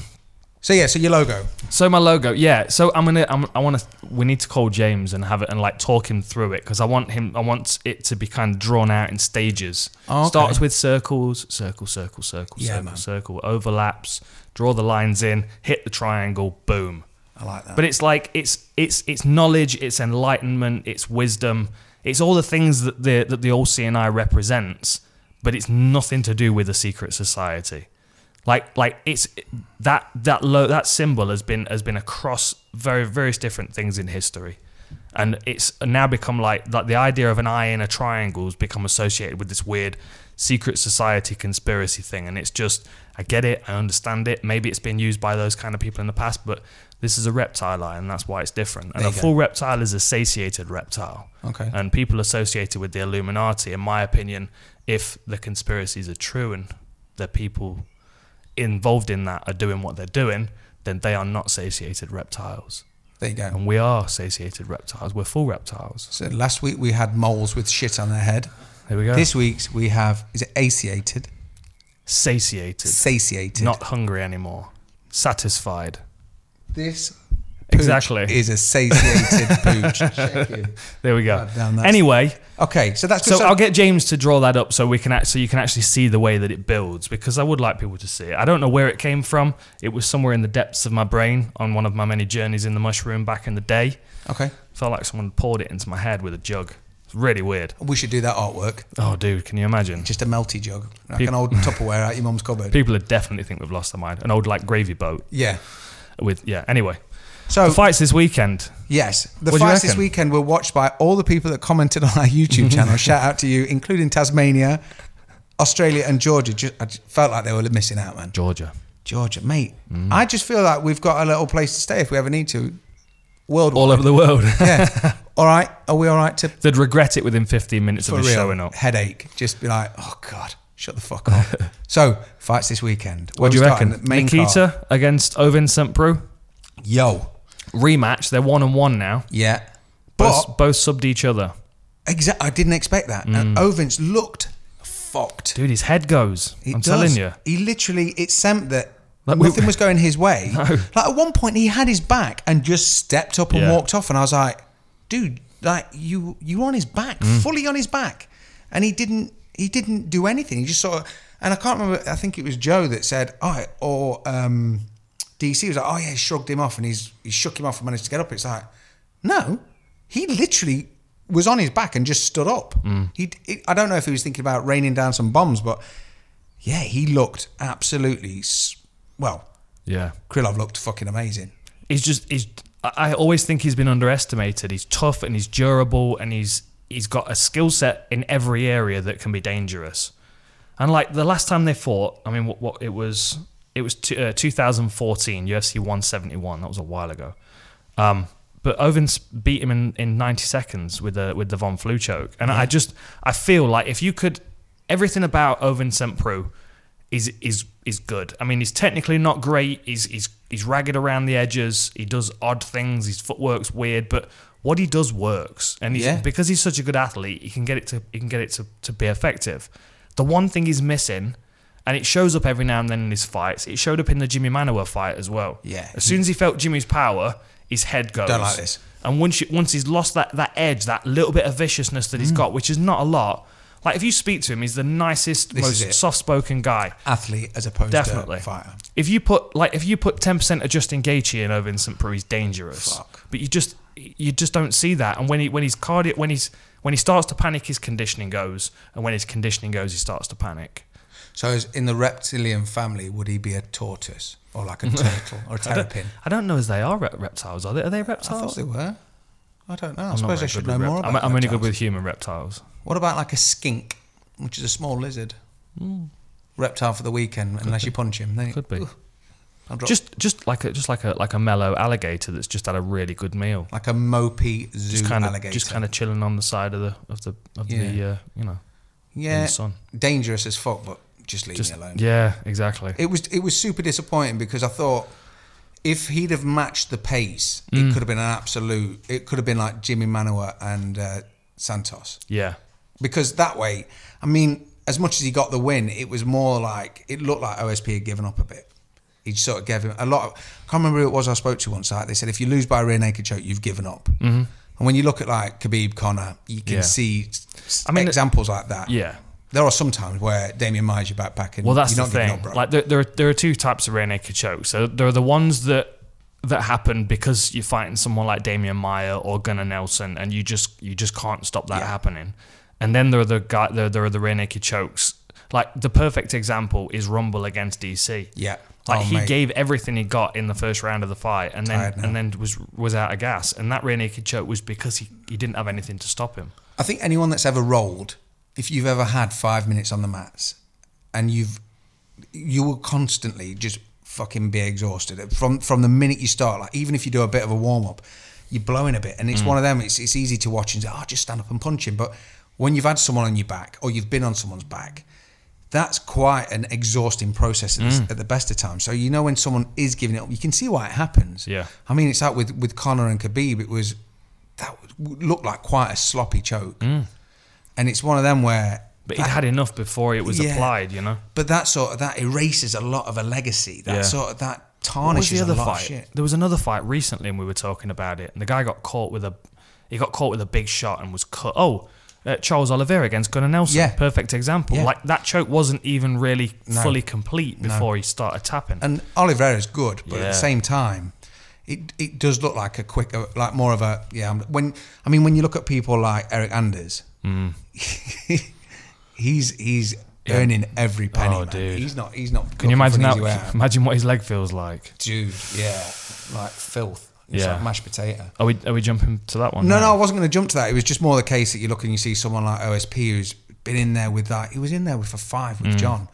Speaker 4: so yeah, so your logo.
Speaker 3: So my logo, yeah. So I'm gonna, I'm, I want to. We need to call James and have it and like talk him through it because I want him. I want it to be kind of drawn out in stages.
Speaker 4: Oh, okay.
Speaker 3: Starts with circles, circle, circle, circle,
Speaker 4: Yeah,
Speaker 3: circle,
Speaker 4: man.
Speaker 3: circle. Overlaps. Draw the lines in. Hit the triangle. Boom.
Speaker 4: I like that.
Speaker 3: But it's like it's it's it's knowledge, it's enlightenment, it's wisdom, it's all the things that the that the old CNI represents. But it's nothing to do with a secret society. Like like it's that that lo- that symbol has been has been across very various different things in history. And it's now become like like the idea of an eye in a triangle has become associated with this weird secret society conspiracy thing. And it's just I get it, I understand it. Maybe it's been used by those kind of people in the past, but this is a reptile eye, and that's why it's different. And
Speaker 4: There
Speaker 3: a
Speaker 4: you go.
Speaker 3: full reptile is a satiated reptile.
Speaker 4: Okay.
Speaker 3: And people associated with the Illuminati, in my opinion, if the conspiracies are true and the people involved in that are doing what they're doing, then they are not satiated reptiles.
Speaker 4: there you go.
Speaker 3: And we are satiated reptiles. We're full reptiles.
Speaker 4: So last week we had moles with shit on their head.
Speaker 3: There we go.
Speaker 4: This week's we have is it satiated,
Speaker 3: satiated,
Speaker 4: satiated.
Speaker 3: not hungry anymore. Satisfied.
Speaker 4: this. pooch
Speaker 3: Exactly.
Speaker 4: is a satiated pooch. Check you.
Speaker 3: There we go.
Speaker 4: I've done that.
Speaker 3: Anyway,
Speaker 4: Okay, so that's good.
Speaker 3: so I'll get James to draw that up so we can actually you can actually see the way that it builds because I would like people to see it. I don't know where it came from. It was somewhere in the depths of my brain on one of my many journeys in the mushroom back in the day.
Speaker 4: okay,
Speaker 3: Felt like someone poured it into my head with a jug. It's really weird.
Speaker 4: we should do that artwork.
Speaker 3: Oh, dude, can you imagine?
Speaker 4: Just a melty jug, like an old Tupperware out your mum's cupboard.
Speaker 3: People would definitely think we've lost our mind. An old like gravy boat
Speaker 4: Yeah.
Speaker 3: with yeah. Anyway,
Speaker 4: So
Speaker 3: the fights this weekend.
Speaker 4: Yes. The
Speaker 3: What do you
Speaker 4: fights this
Speaker 3: reckon?
Speaker 4: weekend were watched by all the people that commented on our YouTube channel. Shout out to you, including Tasmania, Australia, and Georgia. Ju- I just felt like they were missing out, man.
Speaker 3: Georgia.
Speaker 4: Georgia, mate.
Speaker 3: Mm.
Speaker 4: I just feel like we've got a little place to stay if we ever need to. Worldwide.
Speaker 3: All over the world.
Speaker 4: Oh, yeah. All right. Are we all right to
Speaker 3: They'd regret it within 15 minutes
Speaker 4: for
Speaker 3: of us
Speaker 4: real
Speaker 3: showing up.
Speaker 4: headache? Just be like, oh god, shut the fuck up. so fights this weekend.
Speaker 3: What do you
Speaker 4: We'll start in
Speaker 3: reckon?
Speaker 4: the main
Speaker 3: Nikita
Speaker 4: card.
Speaker 3: against Ovin St. Preux.
Speaker 4: Yo.
Speaker 3: rematch. They're one and one now.
Speaker 4: Yeah.
Speaker 3: Both
Speaker 4: But
Speaker 3: both subbed each other.
Speaker 4: exactly, I didn't expect that. And Ovens looked fucked.
Speaker 3: Mm. Dude, his head goes.
Speaker 4: It
Speaker 3: I'm
Speaker 4: does.
Speaker 3: telling you.
Speaker 4: He literally, it seemed that
Speaker 3: Like,
Speaker 4: nothing
Speaker 3: we-
Speaker 4: was going his way.
Speaker 3: No.
Speaker 4: Like at one point, he had his back and just stepped up and
Speaker 3: Yeah.
Speaker 4: walked off, and I was like, "Dude, like you, you on his back, fully on his back," and he didn't, he didn't do anything. He just sort of, and I can't remember. I think it was Joe that said, "Oh," or um, DC was like, "Oh yeah," he shrugged him off, and he's he shook him off and managed to get up. It's like, no, he literally was on his back and just stood up. He, it, I don't know if he was thinking about raining down some bombs, but yeah, he looked absolutely s- well.
Speaker 3: Yeah.
Speaker 4: Krylov looked fucking amazing.
Speaker 3: He's just he's I I always think he's been underestimated. He's tough and he's durable and he's he's got a skill set in every area that can be dangerous. And like the last time they fought, I mean, what, what it was, it was t- uh, 2014 UFC 171. That was a while ago. Um, but Ovens beat him in, in 90 seconds with the with the Von Flu choke, and I just I feel like if you could, everything about Oven St. Preux is is is good. I mean, he's technically not great. He's he's he's ragged around the edges. He does odd things. His footwork's weird, but what he does works, and he's,
Speaker 4: Yeah.
Speaker 3: because he's such a good athlete, he can get it to he can get it to, to be effective. The one thing he's missing, and it shows up every now and then in his fights. It showed up in the Jimmy Manoa fight as well.
Speaker 4: Yeah.
Speaker 3: As soon as he felt Jimmy's power, his head goes.
Speaker 4: Don't like this.
Speaker 3: And once you, once he's lost that that edge, that little bit of viciousness that he's
Speaker 4: Mm.
Speaker 3: got, which is not a lot. Like if you speak to him, he's the nicest,
Speaker 4: This is it.
Speaker 3: most soft-spoken guy.
Speaker 4: Athlete as opposed
Speaker 3: Definitely.
Speaker 4: to fighter.
Speaker 3: If you put like if you put ten percent of Justin Gaethje in over Vincent Prue, he's dangerous.
Speaker 4: Fuck.
Speaker 3: But you just you just don't see that. And when he when he's cardio when he's when he starts to panic, his conditioning goes, and when his conditioning goes, he starts to panic.
Speaker 4: So, is, in the reptilian family, would he be a tortoise or like a turtle or a
Speaker 3: I don't,
Speaker 4: terrapin?
Speaker 3: I don't know as they are re- reptiles. Are they? Are they
Speaker 4: I thought
Speaker 3: reptiles?
Speaker 4: they were. I don't know. I
Speaker 3: I'm not
Speaker 4: suppose I
Speaker 3: very
Speaker 4: should
Speaker 3: good
Speaker 4: know
Speaker 3: with
Speaker 4: more
Speaker 3: rept-
Speaker 4: about.
Speaker 3: I'm, I'm only good
Speaker 4: reptiles.
Speaker 3: with human reptiles.
Speaker 4: What about like a skink, which is a small lizard? Reptile for the weekend, unless you punch him. Then
Speaker 3: Could Hmm. be.
Speaker 4: Ugh, I'll drop-
Speaker 3: Just, just like a, just like a, like a mellow alligator that's just had a really good meal.
Speaker 4: like a mopey zoo
Speaker 3: Just kind of,
Speaker 4: alligator.
Speaker 3: just kind of chilling on the side of the, of the, of the,
Speaker 4: Yeah.
Speaker 3: uh, you know,
Speaker 4: yeah,
Speaker 3: sun.
Speaker 4: dangerous as fuck, but just leave
Speaker 3: just
Speaker 4: me alone.
Speaker 3: yeah, exactly.
Speaker 4: It was it was super disappointing because I thought if he'd have matched the pace,
Speaker 3: Mm.
Speaker 4: it could have been an absolute. It could have been like Jimmy Manoa and uh, Santos
Speaker 3: yeah,
Speaker 4: because that way, I mean, as much as he got the win, it was more like it looked like OSP had given up a bit. He sort of gave him a lot. Of, I can't remember who it was I spoke to once. Like they said, if you lose by a rear naked choke, you've given up. Mm-hmm. And when you look at like Khabib Connor, you can
Speaker 3: Yeah.
Speaker 4: see s-
Speaker 3: I mean,
Speaker 4: examples like that.
Speaker 3: yeah.
Speaker 4: There are some times where Damien Myers your backpack and
Speaker 3: Well, that's
Speaker 4: you're
Speaker 3: the
Speaker 4: not
Speaker 3: thing.
Speaker 4: giving up, bro.
Speaker 3: like there, there, are, there are two types of rear naked chokes. So there are the ones that that happen because you're fighting someone like Damian Meyer or Gunnar Nelson, and you just you just can't stop that happening. And then there are the guy there, there are the rear naked chokes. Like the perfect example is Rumble against DC.
Speaker 4: Yeah.
Speaker 3: Like
Speaker 4: Oh,
Speaker 3: he
Speaker 4: mate.
Speaker 3: gave everything he got in the first round of the fight, and then
Speaker 4: Tired now.
Speaker 3: and then was was out of gas. And that rear naked choke was because he, he didn't have anything to stop him.
Speaker 4: I think anyone that's ever rolled, if you've ever had five minutes on the mats, and you've you will constantly just fucking be exhausted from from the minute you start. Like even if you do a bit of a warm up, you're blowing a bit, and it's one of them. It's it's easy to watch and say, "Oh, just stand up and punch him." But when you've had someone on your back or you've been on someone's back, that's quite an exhausting process at, the at the best of times. So you know when someone is giving it up, you can see why it happens.
Speaker 3: Yeah.
Speaker 4: I mean, it's like with with Connor and Khabib. It was that looked like quite a sloppy choke,
Speaker 3: Mm.
Speaker 4: and it's one of them where.
Speaker 3: But he'd had enough before it was
Speaker 4: Yeah.
Speaker 3: applied, you know.
Speaker 4: But that sort of that erases a lot of a legacy. That
Speaker 3: Yeah.
Speaker 4: sort of
Speaker 3: What
Speaker 4: that
Speaker 3: was
Speaker 4: tarnishes
Speaker 3: the other
Speaker 4: a lot
Speaker 3: fight?
Speaker 4: of shit.
Speaker 3: There was another fight recently, and we were talking about it. And the guy got caught with a, he got caught with a big shot and was cut. Oh, uh, Charles Oliveira against Gunnar Nelson.
Speaker 4: Yeah.
Speaker 3: perfect example.
Speaker 4: Yeah.
Speaker 3: Like that choke wasn't even really
Speaker 4: No.
Speaker 3: fully complete before he started tapping.
Speaker 4: And Oliveira's good, but at
Speaker 3: Yeah.
Speaker 4: the same time, it it does look like a quick, like more of a yeah. I'm- When I mean, when you look at people like Eric Anders,
Speaker 3: Mm.
Speaker 4: he's he's earning every penny.
Speaker 3: Oh,
Speaker 4: man.
Speaker 3: dude.
Speaker 4: he's not he's not.
Speaker 3: Can you imagine
Speaker 4: that?
Speaker 3: that? Imagine what his leg feels like.
Speaker 4: dude? Yeah, like filth. It's
Speaker 3: Yeah.
Speaker 4: like mashed potato.
Speaker 3: Are we are we jumping to that one?
Speaker 4: No, no,
Speaker 3: now?
Speaker 4: I wasn't going to jump to that. It was just more the case that you look and you see someone like OSP who's been in there with that. He was in there with for five with John,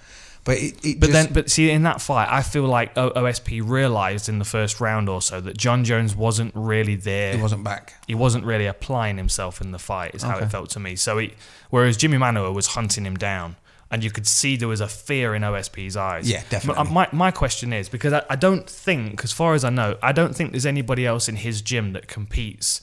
Speaker 4: but it, it
Speaker 3: Mm. But
Speaker 4: just-
Speaker 3: then, but see, in that fight, I feel like O- OSP realised in the first round or so that John Jones wasn't really there.
Speaker 4: he wasn't back.
Speaker 3: he wasn't really applying himself in the fight is how it felt to me so he whereas jimmy manoa was hunting him down and you could see there was a fear in osp's eyes uh,
Speaker 4: Yeah, definitely.
Speaker 3: my, my question is because I, I don't think as far as i know i don't think there's anybody else in his gym that competes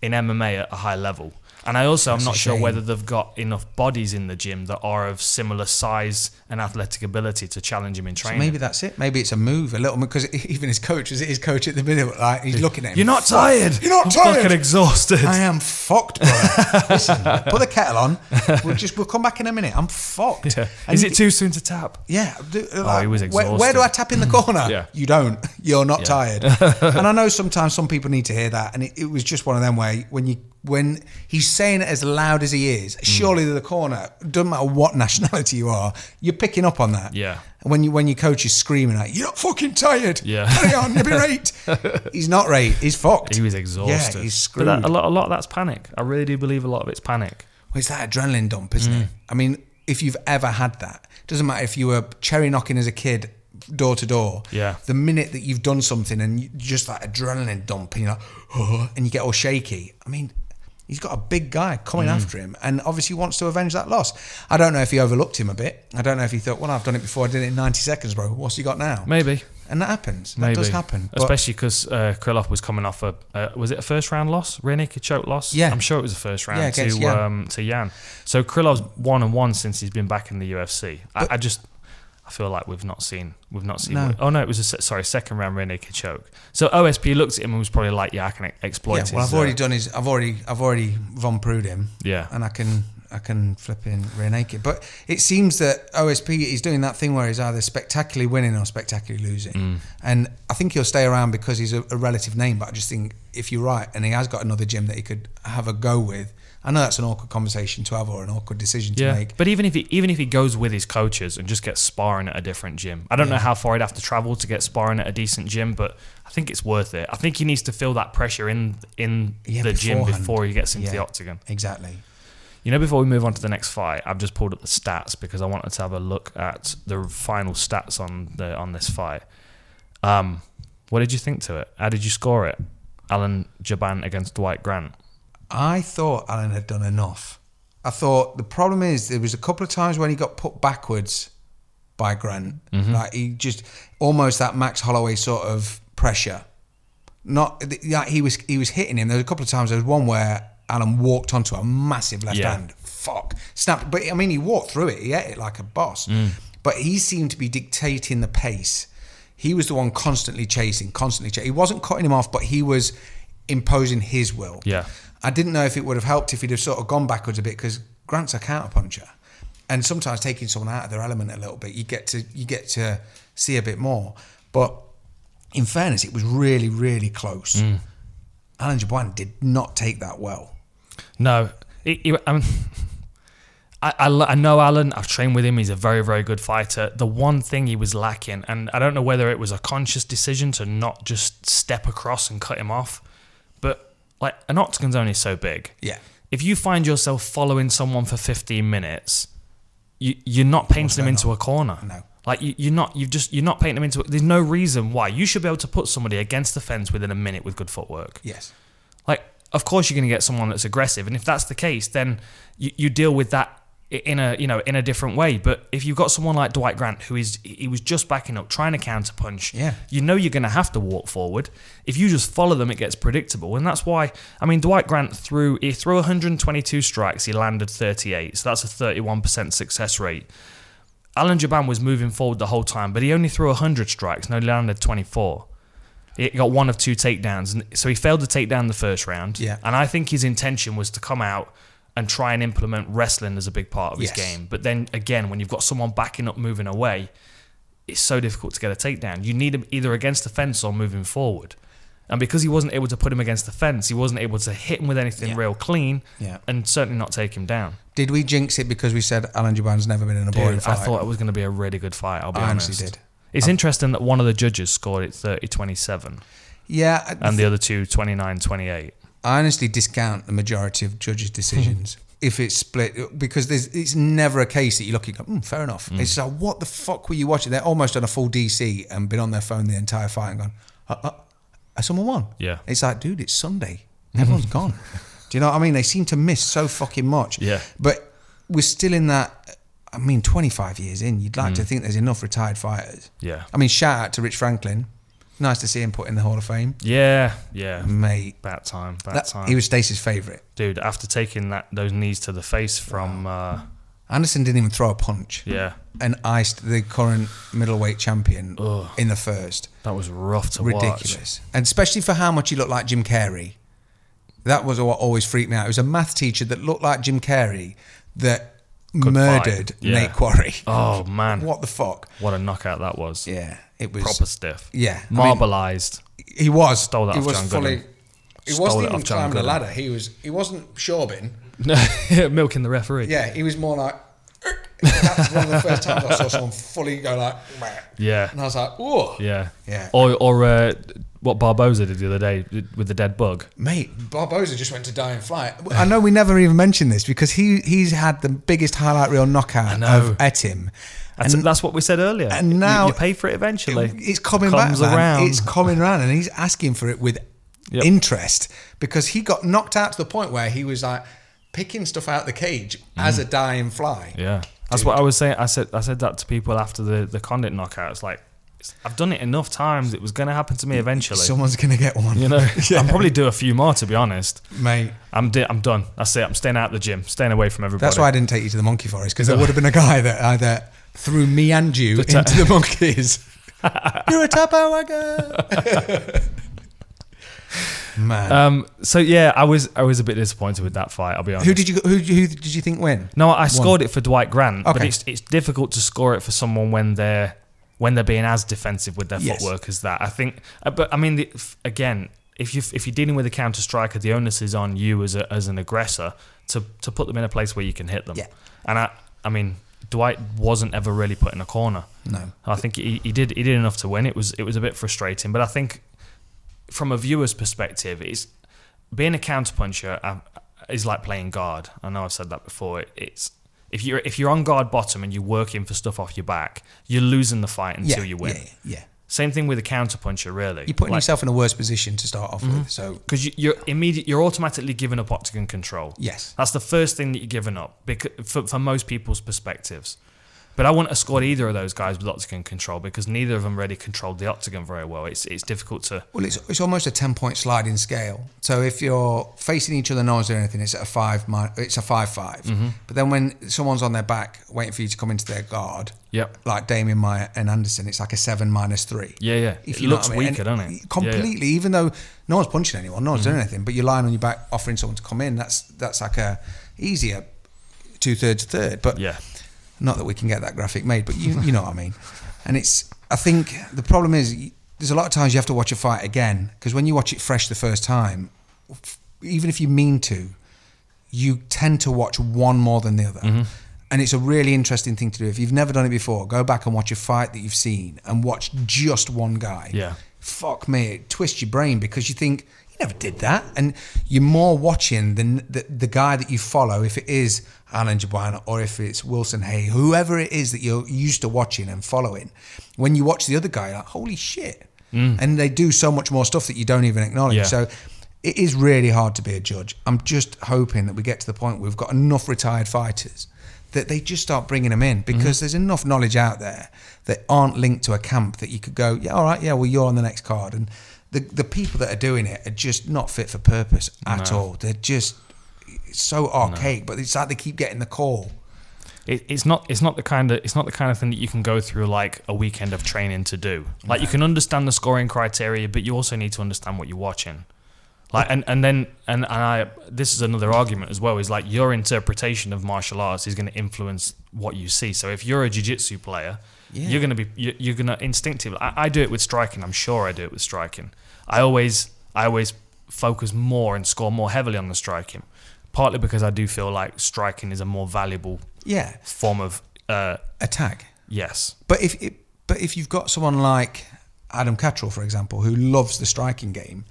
Speaker 3: in mma at a high level and i also am
Speaker 4: That's
Speaker 3: not
Speaker 4: a
Speaker 3: sure
Speaker 4: shame.
Speaker 3: whether they've got enough bodies in the gym that are of similar size and athletic ability to challenge him in
Speaker 4: So
Speaker 3: training
Speaker 4: maybe that's it. Maybe it's a move a little because even his coach is his coach at the minute. Like he's looking at him.
Speaker 3: you're not tired
Speaker 4: You're not
Speaker 3: I'm
Speaker 4: tired.
Speaker 3: fucking exhausted
Speaker 4: I am fucked, bro. Listen, put the kettle on. We'll just we'll come back in a minute. I'm fucked.
Speaker 3: Yeah.
Speaker 4: And
Speaker 3: is
Speaker 4: he-
Speaker 3: it too soon to tap
Speaker 4: Yeah. do-
Speaker 3: Oh, he was
Speaker 4: Where, where do
Speaker 3: exhausted.
Speaker 4: I tap in the corner?
Speaker 3: Yeah.
Speaker 4: You don't. You're not
Speaker 3: Yeah.
Speaker 4: tired. and I know sometimes some people need to hear that. And it, it was just one of them where when you when he's saying it as loud as he
Speaker 3: Mm.
Speaker 4: is, surely the corner doesn't matter what nationality you are, you're picking up on that.
Speaker 3: Yeah.
Speaker 4: And When you when your coach is screaming at you, you're not fucking tired.
Speaker 3: Yeah.
Speaker 4: Carry on, you'll be right. he's not right. He's fucked.
Speaker 3: He was exhausted.
Speaker 4: Yeah,
Speaker 3: But
Speaker 4: he's screwed.
Speaker 3: that, a lot, a lot of that's panic. I really do believe a lot of it's panic.
Speaker 4: Well, it's that adrenaline dump, isn't
Speaker 3: Mm.
Speaker 4: it? I mean, if you've ever had that, doesn't matter if you were cherry knocking as a kid, door to door.
Speaker 3: Yeah.
Speaker 4: The minute that you've done something and you, just that adrenaline dump, and you're like, "Oh," and you get all shaky. I mean, he's got a big guy coming
Speaker 3: Mm.
Speaker 4: after him, and obviously wants to avenge that loss. I don't know if he overlooked him a bit. I don't know if he thought, well, I've done it before. I did it in 90 seconds, bro. What's he got now?
Speaker 3: Maybe.
Speaker 4: And that happens. That
Speaker 3: Maybe.
Speaker 4: does happen. But-
Speaker 3: Especially because uh, Krylov was coming off a, uh, was it a first round loss? Rear naked choke loss?
Speaker 4: Yeah.
Speaker 3: I'm sure it was a first round
Speaker 4: Yeah,
Speaker 3: to,
Speaker 4: against Yan.
Speaker 3: Um, to Yan. So Krylov's one and one since he's been back in the UFC. I, I just, I feel like we've not seen, we've not seen.
Speaker 4: No.
Speaker 3: Oh no, it was a, se- sorry, second round rear naked choke. So OSP looked at him and was probably like, yeah, I can e- exploit
Speaker 4: yeah,
Speaker 3: his,
Speaker 4: well, I've already
Speaker 3: uh,
Speaker 4: done his. I've already, I've already von prued him.
Speaker 3: Yeah.
Speaker 4: and I can, I can flip in rear naked. But it seems that OSP is doing that thing where he's either spectacularly winning or spectacularly losing.
Speaker 3: Mm.
Speaker 4: And I think he'll stay around because he's a, a relative name. But I just think if you're right, and he has got another gym that he could have a go with, I know that's an awkward conversation to have or an awkward decision to
Speaker 3: Yeah,
Speaker 4: make.
Speaker 3: but even if he even if he goes with his coaches and just gets sparring at a different gym, I don't know how far he'd have to travel to get sparring at a decent gym, but I think it's worth it. I think he needs to feel that pressure in in
Speaker 4: Yeah,
Speaker 3: the gym
Speaker 4: beforehand.
Speaker 3: before he gets into
Speaker 4: Yeah.
Speaker 3: the octagon.
Speaker 4: Exactly.
Speaker 3: You know, before we move on to the next fight, I've just pulled up the stats because I wanted to have a look at the final stats on the on this fight. Um, what did you think to it? How did you score it? Alan Jaban against Dwight Grant.
Speaker 4: I thought Alan had done enough. I thought the problem is there was a couple of times when he got put backwards by Grant. Like he just almost that Max Holloway sort of pressure. Not like he was he was hitting him. There was a couple of times. There was one where Alan walked onto a massive left
Speaker 3: Yeah.
Speaker 4: hand. Fuck, snapped. But I mean, he walked through it. He ate it like a boss. But he seemed to be dictating the pace. He was the one constantly chasing, constantly chasing. He wasn't cutting him off, but he was imposing his will.
Speaker 3: Yeah.
Speaker 4: I didn't know if it would have helped if he'd have sort of gone backwards a bit because Grant's a counter puncher, and sometimes taking someone out of their element a little bit, you get to you get to see a bit more. But in fairness, it was really really close.
Speaker 3: Mm.
Speaker 4: Alan Jabuan did not take that well.
Speaker 3: No, he, he, um, I, I, lo- I know Alan. I've trained with him. He's a very, very good fighter. The one thing he was lacking, and I don't know whether it was a conscious decision to not just step across and cut him off, but like an octagon's only so big.
Speaker 4: Yeah.
Speaker 3: If you find yourself following someone for 15 minutes, you, you're not painting them into a corner.
Speaker 4: No.
Speaker 3: Like you, you're not. You've just. You're not painting them into. There's no reason why you should be able to put somebody against the fence within a minute with good footwork.
Speaker 4: Yes.
Speaker 3: Like, of course, you're going to get someone that's aggressive, and if that's the case, then you, you deal with that i- in a you know in a different way. But if you've got someone like Dwight Grant, who is he was just backing up, trying to counter punch,
Speaker 4: Yeah.
Speaker 3: you know you're going to have to walk forward. If you just follow them, it gets predictable, and that's why I mean Dwight Grant threw he threw 122 strikes, he landed 38, so that's a 31 percent success rate. Alan Jaban was moving forward the whole time, but he only threw 100 strikes and only landed 24. He got one of two takedowns, and so he failed to take down the first round.
Speaker 4: Yeah.
Speaker 3: And I think his intention was to come out and try and implement wrestling as a big part of his
Speaker 4: Yes.
Speaker 3: game. But then again, when you've got someone backing up, moving away, it's so difficult to get a takedown. You need him either against the fence or moving forward. And because he wasn't able to put him against the fence, he wasn't able to hit him with anything
Speaker 4: Yeah.
Speaker 3: real clean
Speaker 4: Yeah.
Speaker 3: and certainly not take him down.
Speaker 4: Did we jinx it because we said Alan Jaban's never been in a boring
Speaker 3: Dude,
Speaker 4: fight?
Speaker 3: I thought it was going to be a really good fight. I'll be
Speaker 4: I
Speaker 3: honest.
Speaker 4: honestly did.
Speaker 3: It's interesting that one of the judges scored it 30 27
Speaker 4: yeah. I-
Speaker 3: and the other two 29 28.
Speaker 4: I honestly discount the majority of judges' decisions if it's split because there's it's never a case that you look and go, mm, fair enough. It's like what the fuck were you watching? They're almost on a full DC and been on their phone the entire fight and gone, uh, uh, uh, someone won.
Speaker 3: Yeah.
Speaker 4: it's like, dude, it's Sunday. Everyone's gone. Do you know what I mean? They seem to miss so fucking much.
Speaker 3: Yeah.
Speaker 4: but we're still in that. I mean, 25 years in, you'd like to think there's enough retired fighters.
Speaker 3: Mm. Yeah.
Speaker 4: I mean, shout out to Rich Franklin. Nice to see him put in the Hall of Fame,
Speaker 3: Yeah, yeah.
Speaker 4: mate.
Speaker 3: About time, about
Speaker 4: Mm. That,
Speaker 3: time.
Speaker 4: he was Stacey's favourite.
Speaker 3: Dude, after taking that those knees to the face from, uh,
Speaker 4: Anderson didn't even throw a punch.
Speaker 3: yeah,
Speaker 4: And iced the current middleweight champion in the first.
Speaker 3: that was rough to watch.
Speaker 4: Ridiculous. And especially for how much he looked like Jim Carrey. That was what always freaked me out. It was a math teacher that looked like Jim Carrey that murdered
Speaker 3: fight. Yeah.
Speaker 4: Nate Quarry.
Speaker 3: Oh, man. What?
Speaker 4: What the fuck?
Speaker 3: a knockout that was.
Speaker 4: Yeah, it was.
Speaker 3: Proper stiff.
Speaker 4: Yeah, I mean-
Speaker 3: Marbleized.
Speaker 4: He was.
Speaker 3: Stole that
Speaker 4: he
Speaker 3: off
Speaker 4: was
Speaker 3: John
Speaker 4: fully.
Speaker 3: Goodman.
Speaker 4: He
Speaker 3: Stole
Speaker 4: wasn't
Speaker 3: it
Speaker 4: even
Speaker 3: off John
Speaker 4: climbing the
Speaker 3: Goodman.
Speaker 4: ladder. He was. He wasn't shorbing.
Speaker 3: Milking the referee.
Speaker 4: Yeah, he was more like. "Erk." That's one of the first times I saw someone fully go like. "Meh."
Speaker 3: Yeah.
Speaker 4: And I was like, whoa.
Speaker 3: Yeah.
Speaker 4: Yeah.
Speaker 3: Or, or uh, what Barboza did the other day with the dead bug.
Speaker 4: Mate, Barboza just went to die in flight. I know we never even mentioned this because he he's had the biggest highlight reel knockout
Speaker 3: know.
Speaker 4: of Etim.
Speaker 3: That's, that's what we said earlier.
Speaker 4: and
Speaker 3: You-
Speaker 4: now-
Speaker 3: you, pay for it eventually.
Speaker 4: It's coming
Speaker 3: Comes
Speaker 4: back, man.
Speaker 3: around.
Speaker 4: It's coming around, and he's asking for it with
Speaker 3: Yep.
Speaker 4: interest because he got knocked out to the point where he was like picking stuff out the cage as a dying fly.
Speaker 3: Mm. yeah, that's what I was saying. I said I said that to people after the the Condit knockout. It's like it's- I've done it enough times. It was going to happen to me eventually.
Speaker 4: Someone's gonna get one,
Speaker 3: you know, I'll probably do a few more to be honest.
Speaker 4: mate.
Speaker 3: I'm di- I'm done. That's it. I'm staying out of the gym. Staying away from everybody.
Speaker 4: That's why I didn't take you to the monkey forest because there would have been a guy that either threw me and you into the monkeys. You're a tapo wagon. Man,
Speaker 3: Um. So yeah, I was I was a bit disappointed with that fight. I'll be honest.
Speaker 4: who did you who, who did you think win?
Speaker 3: No, I scored it for Dwight Grant, but
Speaker 4: Okay.
Speaker 3: it's it's difficult to score it for someone when they're when they're being as defensive with their
Speaker 4: Yes.
Speaker 3: footwork as that. I think, uh, but I mean, the, f- again, if you if you're dealing with a counter striker, the onus is on you as a, as an aggressor to to put them in a place where you can hit them.
Speaker 4: Yeah.
Speaker 3: And I I mean Dwight wasn't ever really put in a corner.
Speaker 4: No.
Speaker 3: I think he, he did he did enough to win. It was it was a bit frustrating, but I think from a viewer's perspective, it's being a counterpuncher um, is like playing guard. I know I've said that before. It, it's if you're if you're on guard bottom and you're working for stuff off your back, you're losing the fight
Speaker 4: yeah,
Speaker 3: until you win.
Speaker 4: Yeah, yeah.
Speaker 3: Same thing with a counterpuncher, really.
Speaker 4: You're putting
Speaker 3: Like- Mm-hmm.
Speaker 4: yourself in a worse position to start off with. So
Speaker 3: because you, you're immediate, you're automatically giving up octagon control.
Speaker 4: Yes.
Speaker 3: that's the first thing that you're giving up because for, for most people's perspectives. But I wouldn't have scored either of those guys with octagon control because neither of them really controlled the octagon very well. It's it's difficult to
Speaker 4: Well, it's, it's almost a ten point sliding scale. So if you're facing each other, no one's doing anything. It's at a five. mi- It's a five
Speaker 3: Mm-hmm.
Speaker 4: But then when someone's on their back waiting for you to come into their guard,
Speaker 3: Yep.
Speaker 4: like Damien Meyer and Anderson, it's like a seven minus three.
Speaker 3: Yeah, yeah. It
Speaker 4: know
Speaker 3: looks
Speaker 4: what I mean. And
Speaker 3: weaker, doesn't it? Mm.
Speaker 4: Completely. Even though no one's punching anyone, no one's doing anything, but you're lying on your back offering someone to come in. That's that's like a easier two thirds third. But
Speaker 3: yeah
Speaker 4: not that we can get that graphic made, but you you know what I mean. And it's I think the problem is y- there's a lot of times you have to watch a fight again because when you watch it fresh the first time, f- even if you mean to, you tend to watch one more than the other.
Speaker 3: Mm-hmm.
Speaker 4: And it's a really interesting thing to do. If you've never done it before, go back and watch a fight that you've seen and watch just one guy.
Speaker 3: Yeah.
Speaker 4: Fuck me, it twists your brain because you think you never did that, and you're more watching than the, the guy that you follow. If it is Alan Jabuana or if it's Wilson Hay, whoever it is that you're used to watching and following, when you watch the other guy, you're like holy shit, and they do so much more stuff that you don't even acknowledge.
Speaker 3: Mm. Yeah.
Speaker 4: So it is really hard to be a judge. I'm just hoping that we get to the point where we've got enough retired fighters that they just start bringing them in because there's enough knowledge out there that aren't linked to a camp that you could go, yeah, all right, yeah, well, you're on the next card. And the, the people that are doing it are just not fit for purpose at all. They're just it's so archaic, but it's like they keep getting the call.
Speaker 3: it, it's not it's not the kind of it's not the kind of thing that you can go through like a weekend of training to do. Like you can understand the scoring criteria, but you also need to understand what you're watching. Like and, and then and, and I this is another argument as well is like your interpretation of martial arts is going to influence what you see. So if you're a jiu-jitsu player, you're going to be you're, you're going to instinctively. I, I do it with striking. I'm sure I do it with striking. I always I always focus more and score more heavily on the striking, partly because I do feel like striking is a more valuable
Speaker 4: Yeah,
Speaker 3: form of uh,
Speaker 4: attack.
Speaker 3: yes.
Speaker 4: But if it, but if you've got someone like Adam Cattrall, for example, who loves the striking game,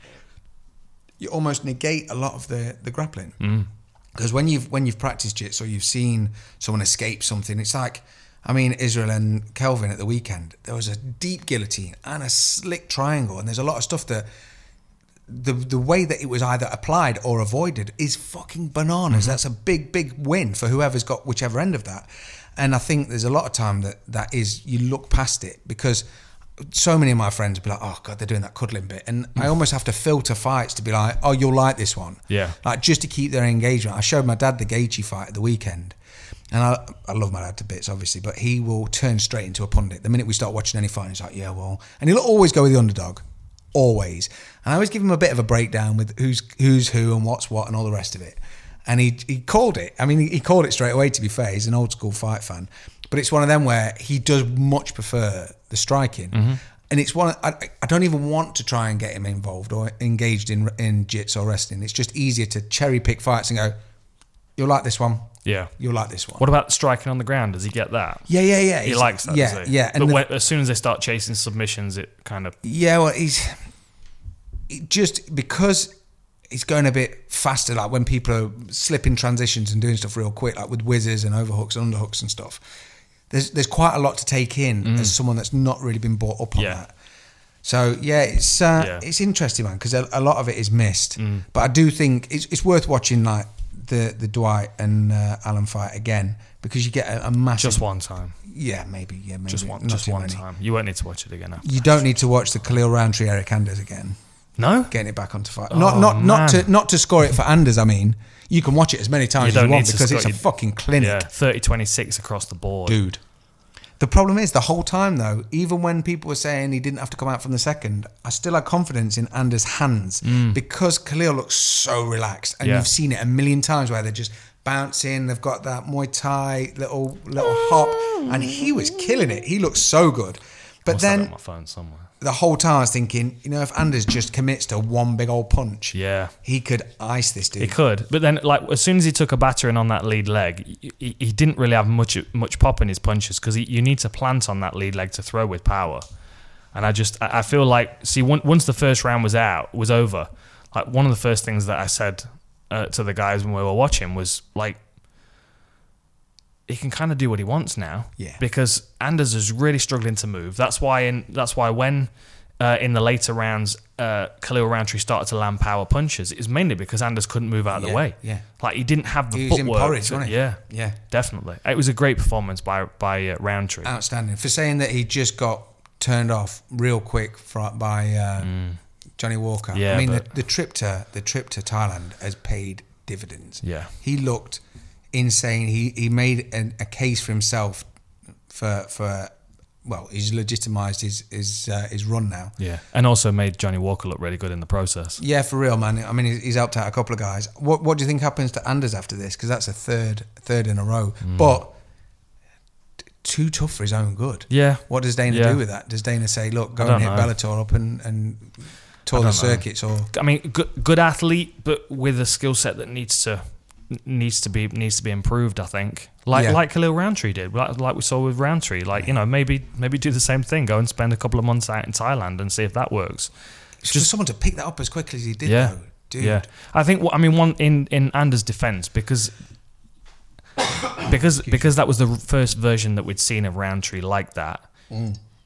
Speaker 4: you almost negate a lot of the the grappling. Because when you've when you've practiced jits or you've seen someone escape something, it's like, I mean, Israel and Kelvin at the weekend, there was a deep guillotine and a slick triangle, and there's a lot of stuff that the the way that it was either applied or avoided is fucking bananas. That's a big big win for whoever's got whichever end of that. And I think there's a lot of time that that is you look past it because so many of my friends be like, "Oh god, they're doing that cuddling bit," and I almost have to filter fights to be like, "Oh, you'll like this one."
Speaker 3: Yeah.
Speaker 4: like just to keep their engagement. I showed my dad the Gaethje fight at the weekend, and I, I love my dad to bits, obviously, but he will turn straight into a pundit the minute we start watching any fight. He's like, "Yeah, well," and he'll always go with the underdog, always. And I always give him a bit of a breakdown with who's who's who and what's what and all the rest of it. And he he called it. I mean, he, he called it straight away. To be fair, he's an old school fight fan, but it's one of them where he does much prefer the striking.
Speaker 3: Mm-hmm.
Speaker 4: And it's one I, I don't even want to try and get him involved or engaged in in jits or wrestling. It's just easier to cherry pick fights and go, you'll like this one,
Speaker 3: Yeah.
Speaker 4: you'll like this one.
Speaker 3: What about striking on the ground? Does he get that?
Speaker 4: yeah, yeah, yeah.
Speaker 3: He
Speaker 4: He's-
Speaker 3: likes that.
Speaker 4: Yeah,
Speaker 3: does he?
Speaker 4: yeah.
Speaker 3: but
Speaker 4: the-
Speaker 3: when, as soon as they start chasing submissions, it kind of
Speaker 4: Yeah, well, he's it just because he's going a bit faster. Like when people are slipping transitions and doing stuff real quick, like with whizzes and overhooks and underhooks and stuff. There's there's quite a lot to take in as someone that's not really been brought up
Speaker 3: Mm.
Speaker 4: on
Speaker 3: Yeah.
Speaker 4: that. So yeah, it's uh,
Speaker 3: Yeah. Mm.
Speaker 4: it's interesting, man, because a, a lot of it is missed. But I do think it's, it's worth watching like the the Dwight and uh, Alan fight again because you get a, a massive
Speaker 3: just one time,
Speaker 4: yeah maybe yeah maybe
Speaker 3: just one,
Speaker 4: not
Speaker 3: just
Speaker 4: too
Speaker 3: one
Speaker 4: many.
Speaker 3: time. You won't need to watch it again. After.
Speaker 4: You don't need to watch the Khalil Roundtree Eric Anders again
Speaker 3: No,
Speaker 4: getting it back onto fire.
Speaker 3: Oh,
Speaker 4: not not not
Speaker 3: man.
Speaker 4: to not to score it for Anders. I mean, you can watch it as many times as
Speaker 3: don't
Speaker 4: you
Speaker 3: need
Speaker 4: want
Speaker 3: to
Speaker 4: because
Speaker 3: score-
Speaker 4: it's a
Speaker 3: you-
Speaker 4: fucking clinic,
Speaker 3: yeah, 30-26 across the board.
Speaker 4: dude. The problem is the whole time though, even when people were saying he didn't have to come out from the second, I still had confidence in Anders' hands because Khalil looks so relaxed, and
Speaker 3: Mm. Yeah.
Speaker 4: you've seen it a million times where they're just bouncing. They've got that Muay Thai little little hop, and he was killing it. He looked so good. But
Speaker 3: Must have it
Speaker 4: then
Speaker 3: on my phone somewhere.
Speaker 4: the whole time I was thinking, you know, if Anders just commits to one big old punch,
Speaker 3: Yeah.
Speaker 4: he could ice this dude.
Speaker 3: He could, but then like as soon as he took a battering on that lead leg, he, he didn't really have much much pop in his punches because you need to plant on that lead leg to throw with power. And I just I I feel like see on- once the first round was out was over, like one of the first things that I said uh, to the guys when we were watching was like. He can kind of do what he wants now,
Speaker 4: Yeah.
Speaker 3: Because Anders is really struggling to move. That's why in that's why when uh, in the later rounds, uh, Khalil Roundtree started to land power punches. It was mainly because Anders couldn't move out of the
Speaker 4: Yeah,
Speaker 3: way.
Speaker 4: yeah.
Speaker 3: like he didn't have the
Speaker 4: He was in
Speaker 3: footwork.
Speaker 4: porridge,
Speaker 3: to-
Speaker 4: wasn't he?
Speaker 3: Yeah,
Speaker 4: Yeah.
Speaker 3: definitely. It was a great performance by by uh, Roundtree.
Speaker 4: Outstanding. For saying that he just got turned off real quick fro- by uh, Johnny Walker.
Speaker 3: Mm. Yeah,
Speaker 4: I mean, the,
Speaker 3: but-
Speaker 4: the trip to the trip to Thailand has paid dividends.
Speaker 3: Yeah.
Speaker 4: He looked insane. He he made an, a case for himself for for well, he's legitimised his his uh, his run now.
Speaker 3: yeah, and also made Johnny Walker look really good in the process.
Speaker 4: Yeah, for real, man. I mean, he's he's helped out a couple of guys. What What do you think happens to Anders after this? Because that's a third, third in a row.
Speaker 3: Mm.
Speaker 4: But t- too tough for his own good.
Speaker 3: Yeah.
Speaker 4: What does Dana
Speaker 3: Yeah.
Speaker 4: do with that? Does Dana say, "Look, go
Speaker 3: I
Speaker 4: and hit
Speaker 3: don't know.
Speaker 4: Bellator up and and tour the circuits"? Or
Speaker 3: I mean, good good athlete, but with a skill set that needs to needs to be needs to be improved. I think, like
Speaker 4: Yeah.
Speaker 3: like Khalil Roundtree did, like, like we saw with Roundtree. Like you know, maybe maybe do the same thing. Go and spend a couple of months out in Thailand and see if that works.
Speaker 4: just, someone to pick that up as quickly as he did, though, dude.
Speaker 3: Yeah, I think. what- I mean, one in in Anders' defense because because because that was the first version that we'd seen of Roundtree like that.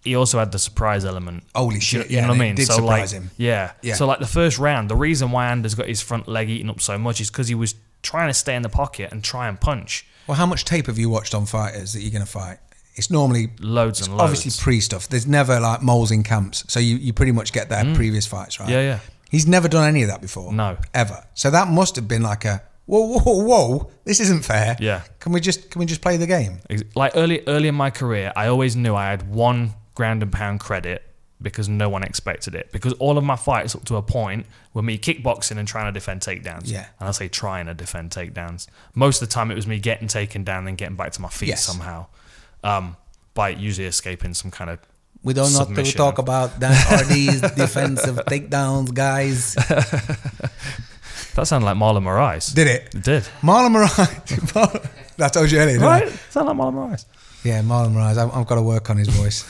Speaker 3: He also had the surprise element.
Speaker 4: Mm. Holy
Speaker 3: Do
Speaker 4: shit,
Speaker 3: You,
Speaker 4: yeah,
Speaker 3: know what I
Speaker 4: and it
Speaker 3: mean?
Speaker 4: did
Speaker 3: so like,
Speaker 4: surprise him.
Speaker 3: yeah,
Speaker 4: Yeah.
Speaker 3: So like the first round, the reason why Anders got his front leg eaten up so much is because he was trying to stay in the pocket and try and punch
Speaker 4: Well, how much tape have you watched on fighters that you're going to fight? It's normally
Speaker 3: loads
Speaker 4: it's
Speaker 3: and loads.
Speaker 4: obviously pre stuff. There's never like moles in camps, so you, you pretty much get their previous fights, right?
Speaker 3: Mm. Yeah, yeah.
Speaker 4: He's never done any of that before.
Speaker 3: No.
Speaker 4: ever. So that must have been like a whoa, whoa, whoa. This isn't fair.
Speaker 3: Yeah.
Speaker 4: Can we just can we just play the game?
Speaker 3: Ex- like early early in my career, I always knew I had one ground and pound credit because no one expected it. Because all of my fights up to a point were me kickboxing and trying to defend takedowns.
Speaker 4: Yeah.
Speaker 3: And I say trying to defend takedowns. Most of the time it was me getting taken down then getting back to my feet
Speaker 4: Yes.
Speaker 3: somehow. Um, by usually escaping some kind of
Speaker 4: We don't know to
Speaker 3: Submission.
Speaker 4: talk about that or these defensive takedowns, guys.
Speaker 3: that sounded like Marlon Moraes.
Speaker 4: Did it?
Speaker 3: It did.
Speaker 4: Marlon Moraes. Marlon- that told you earlier, didn't
Speaker 3: Right?
Speaker 4: I?
Speaker 3: Sound like Marlon Moraes.
Speaker 4: Yeah, Marlon Moraes. I've, I've got to work on his voice.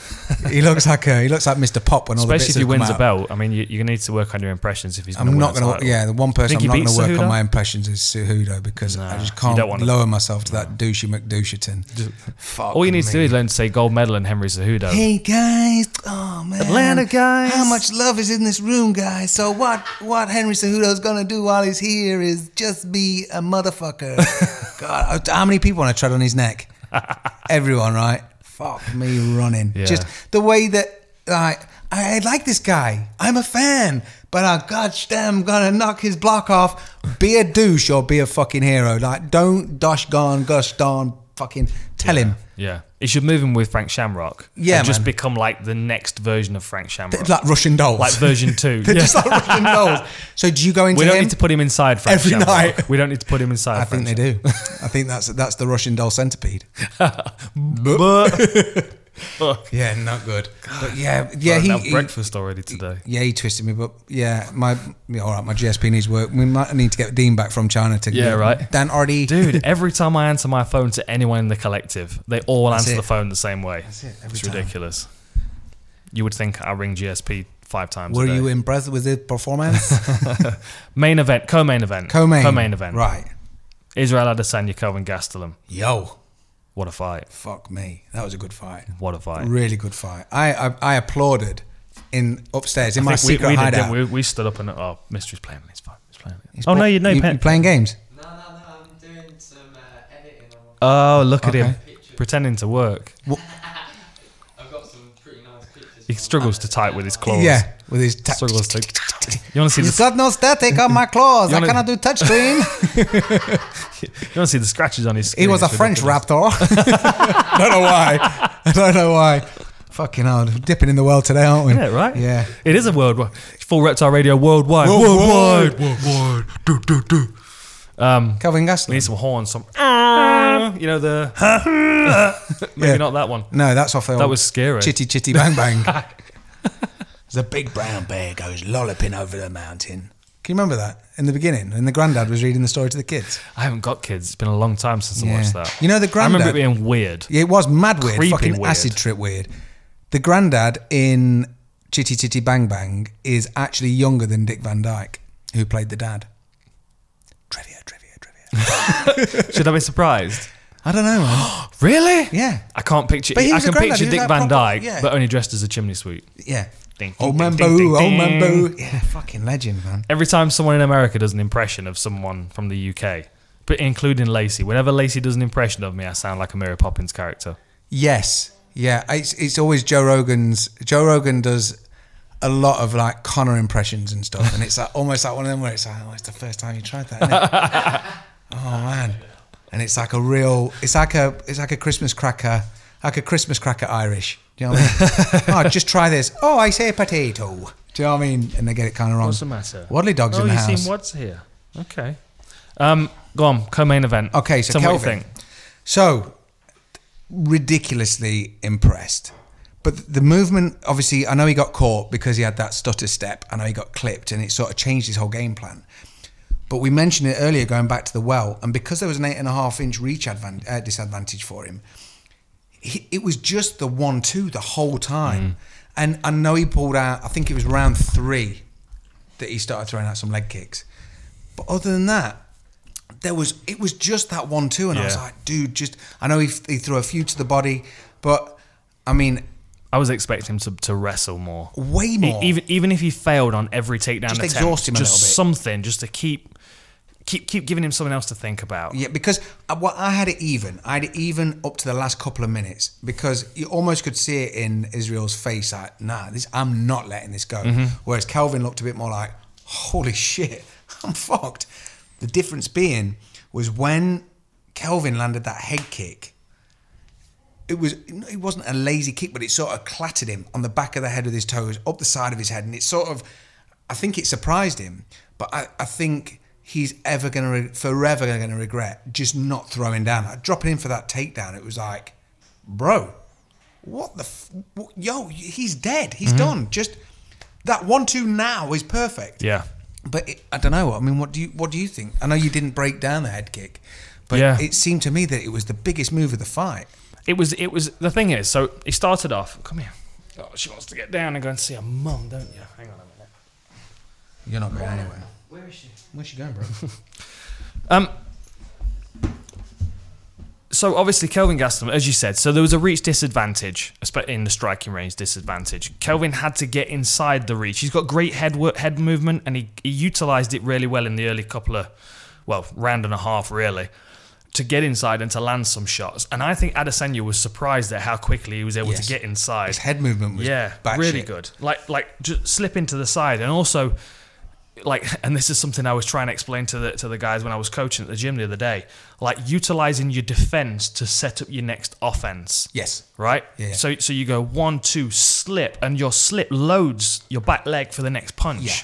Speaker 4: he looks like a, he looks like Mr. Pop when all the
Speaker 3: Especially if
Speaker 4: bits
Speaker 3: he
Speaker 4: have come
Speaker 3: wins a
Speaker 4: out.
Speaker 3: belt. I mean you, you need to work on your impressions if he's
Speaker 4: I'm not going to.
Speaker 3: to
Speaker 4: Yeah, the one person
Speaker 3: Think he
Speaker 4: I'm not
Speaker 3: beats
Speaker 4: going to work
Speaker 3: Cejudo?
Speaker 4: on my impressions is Cejudo because I just
Speaker 3: you
Speaker 4: can't
Speaker 3: don't wanna-
Speaker 4: lower myself to that douchey McDoucheton. Fuck
Speaker 3: All you need to do
Speaker 4: me.
Speaker 3: is learn to say gold medal and Henry Cejudo.
Speaker 4: Hey guys, oh man,
Speaker 3: Atlanta guys.
Speaker 4: how much love is in this room, guys? So what? What Henry Cejudo's gonna do while he's here is just be a motherfucker. God, uh, how many people want to tread on his neck? Everyone, right? Fuck me, running.
Speaker 3: Yeah.
Speaker 4: Just the way that like I, I like this guy. I'm a fan, but I goddamn gonna knock his block off. Be a douche or be a fucking hero. Like don't dosh gone gush darn fucking tell him.
Speaker 3: Yeah, he should move him with Frank Shamrock.
Speaker 4: Yeah,
Speaker 3: and just
Speaker 4: man.
Speaker 3: become like the next version of Frank Shamrock,
Speaker 4: It's like Russian dolls.
Speaker 3: Like version two.
Speaker 4: They're
Speaker 3: Yeah.
Speaker 4: just like Russian dolls. So do you go into
Speaker 3: we don't
Speaker 4: him?
Speaker 3: need to put him inside Frank
Speaker 4: Every
Speaker 3: Shamrock.
Speaker 4: night.
Speaker 3: We don't need to put him inside.
Speaker 4: I think they do. I think that's that's the Russian doll centipede.
Speaker 3: do. But
Speaker 4: Yeah, not good. But yeah, yeah,
Speaker 3: yeah,
Speaker 4: he,
Speaker 3: he,
Speaker 4: he-
Speaker 3: breakfast already today.
Speaker 4: yeah, he twisted me, but yeah, my yeah, all right, my GSP needs work. We might need to get Dean back from China to
Speaker 3: Yeah,
Speaker 4: get
Speaker 3: right.
Speaker 4: Dan already,
Speaker 3: Dude, every time I answer my phone to anyone in the collective, they all answer
Speaker 4: it.
Speaker 3: the phone the same way.
Speaker 4: it, every
Speaker 3: it's
Speaker 4: time.
Speaker 3: ridiculous. You would think I ring GSP five times.
Speaker 4: Were
Speaker 3: a day.
Speaker 4: you impressed with his performance?
Speaker 3: main event? Co-main event.
Speaker 4: Co-main,
Speaker 3: Co-main event.
Speaker 4: right?
Speaker 3: Israel Adesanya, Cohen Gastelum.
Speaker 4: Yo,
Speaker 3: What a fight!
Speaker 4: fuck me, that was a good fight.
Speaker 3: What a fight!
Speaker 4: Really good fight. I I, I applauded in upstairs in
Speaker 3: I
Speaker 4: my
Speaker 3: think
Speaker 4: secret
Speaker 3: we, we, did,
Speaker 4: hideout.
Speaker 3: didn't we? We stood up and oh, mystery's playing. It's fine. It's playing.
Speaker 4: He's
Speaker 3: oh no,
Speaker 4: play-
Speaker 3: you know
Speaker 4: you,
Speaker 3: pen.
Speaker 4: you playing games.
Speaker 5: No, no, no, I'm doing some uh, editing. on-
Speaker 3: oh, look at him
Speaker 5: Okay.
Speaker 3: pretending to work.
Speaker 5: I've got some pretty nice pictures.
Speaker 3: He
Speaker 5: on
Speaker 3: struggles
Speaker 5: that.
Speaker 3: to type with his claws.
Speaker 4: Yeah, with his ta-
Speaker 3: struggles to. You want to see
Speaker 4: He's
Speaker 3: the
Speaker 4: got no static on my claws.
Speaker 3: You
Speaker 4: I
Speaker 3: wanna-
Speaker 4: cannot do touchscreen.
Speaker 3: you want to see the scratches on his. Screen.
Speaker 4: he was a
Speaker 3: It's
Speaker 4: French
Speaker 3: ridiculous.
Speaker 4: raptor. I don't know why. I don't know why. Fucking hell, dipping in the world today, aren't we?
Speaker 3: Yeah, right.
Speaker 4: Yeah.
Speaker 3: it is a worldwide full reptile radio worldwide. worldwide.
Speaker 4: worldwide. Do, do, do.
Speaker 3: Um,
Speaker 4: Calvin
Speaker 3: we need
Speaker 4: Gastelum.
Speaker 3: some horns. Some you know the maybe
Speaker 4: Yeah.
Speaker 3: not that one.
Speaker 4: No, that's off the
Speaker 3: That
Speaker 4: old
Speaker 3: was scary.
Speaker 4: Chitty chitty bang bang. There's a big brown bear goes lolloping over the mountain. Can you remember that in the beginning? And the granddad was reading the story to the kids.
Speaker 3: I haven't got kids. It's been a long time since I
Speaker 4: Yeah.
Speaker 3: watched that.
Speaker 4: You know the
Speaker 3: I remember it
Speaker 4: granddad-
Speaker 3: being weird.
Speaker 4: Yeah, it was mad weird,
Speaker 3: Creepy
Speaker 4: fucking
Speaker 3: weird.
Speaker 4: acid trip weird. The granddad in Chitty Chitty Bang Bang is actually younger than Dick Van Dyke, who played the dad. Trivia, trivia, trivia.
Speaker 3: Should I be surprised?
Speaker 4: I don't know, man.
Speaker 3: Really?
Speaker 4: Yeah.
Speaker 3: I can't picture.
Speaker 4: But he
Speaker 3: I
Speaker 4: was a
Speaker 3: can
Speaker 4: granddad,
Speaker 3: picture
Speaker 4: he was
Speaker 3: Dick
Speaker 4: like
Speaker 3: Van
Speaker 4: proper-
Speaker 3: Dyke,
Speaker 4: yeah.
Speaker 3: but only dressed as a chimney sweep.
Speaker 4: Yeah.
Speaker 3: Ding,
Speaker 4: Old
Speaker 3: ding,
Speaker 4: man
Speaker 3: ding, ding,
Speaker 4: Boo, old man
Speaker 3: ding.
Speaker 4: Boo. Yeah, fucking legend, man.
Speaker 3: Every time someone in America does an impression of someone from the UK, but including Lacey, whenever Lacey does an impression of me, I sound like a Mary Poppins character.
Speaker 4: Yes. Yeah. It's, it's always Joe Rogan's. Joe Rogan does a lot of like Connor impressions and stuff. And it's like, almost like one of them where it's like, oh, it's the first time you tried that. innit?" oh, man. And it's like a real, it's like a, it's like a Christmas cracker, like a Christmas cracker Irish. Do you know what I mean? oh, just try this. Oh, I say potato. Do you know what I mean? And they get it kind of wrong.
Speaker 3: What's the matter?
Speaker 4: Waddly dogs
Speaker 3: oh,
Speaker 4: in the
Speaker 3: you
Speaker 4: house.
Speaker 3: seen what's here? Okay. Um, go on. Co-main event.
Speaker 4: Okay, so
Speaker 3: Tell me what you
Speaker 4: Kelvin.
Speaker 3: think.
Speaker 4: So ridiculously impressed. But the movement, obviously, I know he got caught because he had that stutter step. I know he got clipped, and it sort of changed his whole game plan. But we mentioned it earlier, going back to the well, and because there was an eight and a half inch reach advan- uh, disadvantage for him, he, it was just the one two the whole time. And I know he pulled out. I think it was round three that he started throwing out some leg kicks. But other than that, there was it was just that one two, and I was
Speaker 3: Yeah.
Speaker 4: like, dude, just I know he, he threw a few to the body, but I mean,
Speaker 3: I was expecting him to, to wrestle more.
Speaker 4: way more.
Speaker 3: E- even even if he failed on every takedown
Speaker 4: Just
Speaker 3: attempt,
Speaker 4: exhaust him a
Speaker 3: just
Speaker 4: little bit.
Speaker 3: something, just to keep keep keep giving him something else to think about.
Speaker 4: Yeah, because I, well, I had it even. I had it even up to the last couple of minutes because you almost could see it in Israel's face. Like, nah, this I'm not letting this go. Whereas Kelvin looked a bit more like, holy shit, I'm fucked. The difference being was when Kelvin landed that head kick. It was it wasn't a lazy kick, but it sort of clattered him on the back of the head with his toes, up the side of his head, and it sort of, I think it surprised him. But I, I think he's ever gonna re- forever gonna regret just not throwing down, like dropping in for that takedown. It was like, bro, what the f- what, yo, he's dead,
Speaker 3: Mm-hmm.
Speaker 4: he's done. Just that one two now is perfect.
Speaker 3: Yeah.
Speaker 4: But it, I don't know. I mean, what do you what do you think? I know you didn't break down the head kick, but
Speaker 3: Yeah.
Speaker 4: it seemed to me that it was the biggest move of the fight.
Speaker 3: It was it was the thing is, so he started off. Come here. Oh, she wants to get down and go and see her mum, don't you? Hang on a minute.
Speaker 4: You're not going anywhere.
Speaker 5: Where is she?
Speaker 4: Where's she going, bro?
Speaker 3: Um. So obviously, Kelvin Gastelum, as you said, so there was a reach disadvantage, espe- in the striking range disadvantage. Kelvin had to get inside the reach. He's got great head work, head movement, and he, he utilized it really well in the early couple of, well, round and a half really, to get inside and to land some shots. And I think Adesanya was surprised at how quickly he was able
Speaker 4: Yes.
Speaker 3: to get inside.
Speaker 4: His head movement was
Speaker 3: yeah,
Speaker 4: batshit.
Speaker 3: really good. Like like just slip into the side, and also like, and this is something I was trying to explain to the to the guys when I was coaching at the gym the other day. Like utilizing your defense to set up your next offense.
Speaker 4: Yes.
Speaker 3: Right.
Speaker 4: Yeah, yeah.
Speaker 3: So so you go one two slip, and your slip loads your back leg for the next punch,
Speaker 4: Yeah.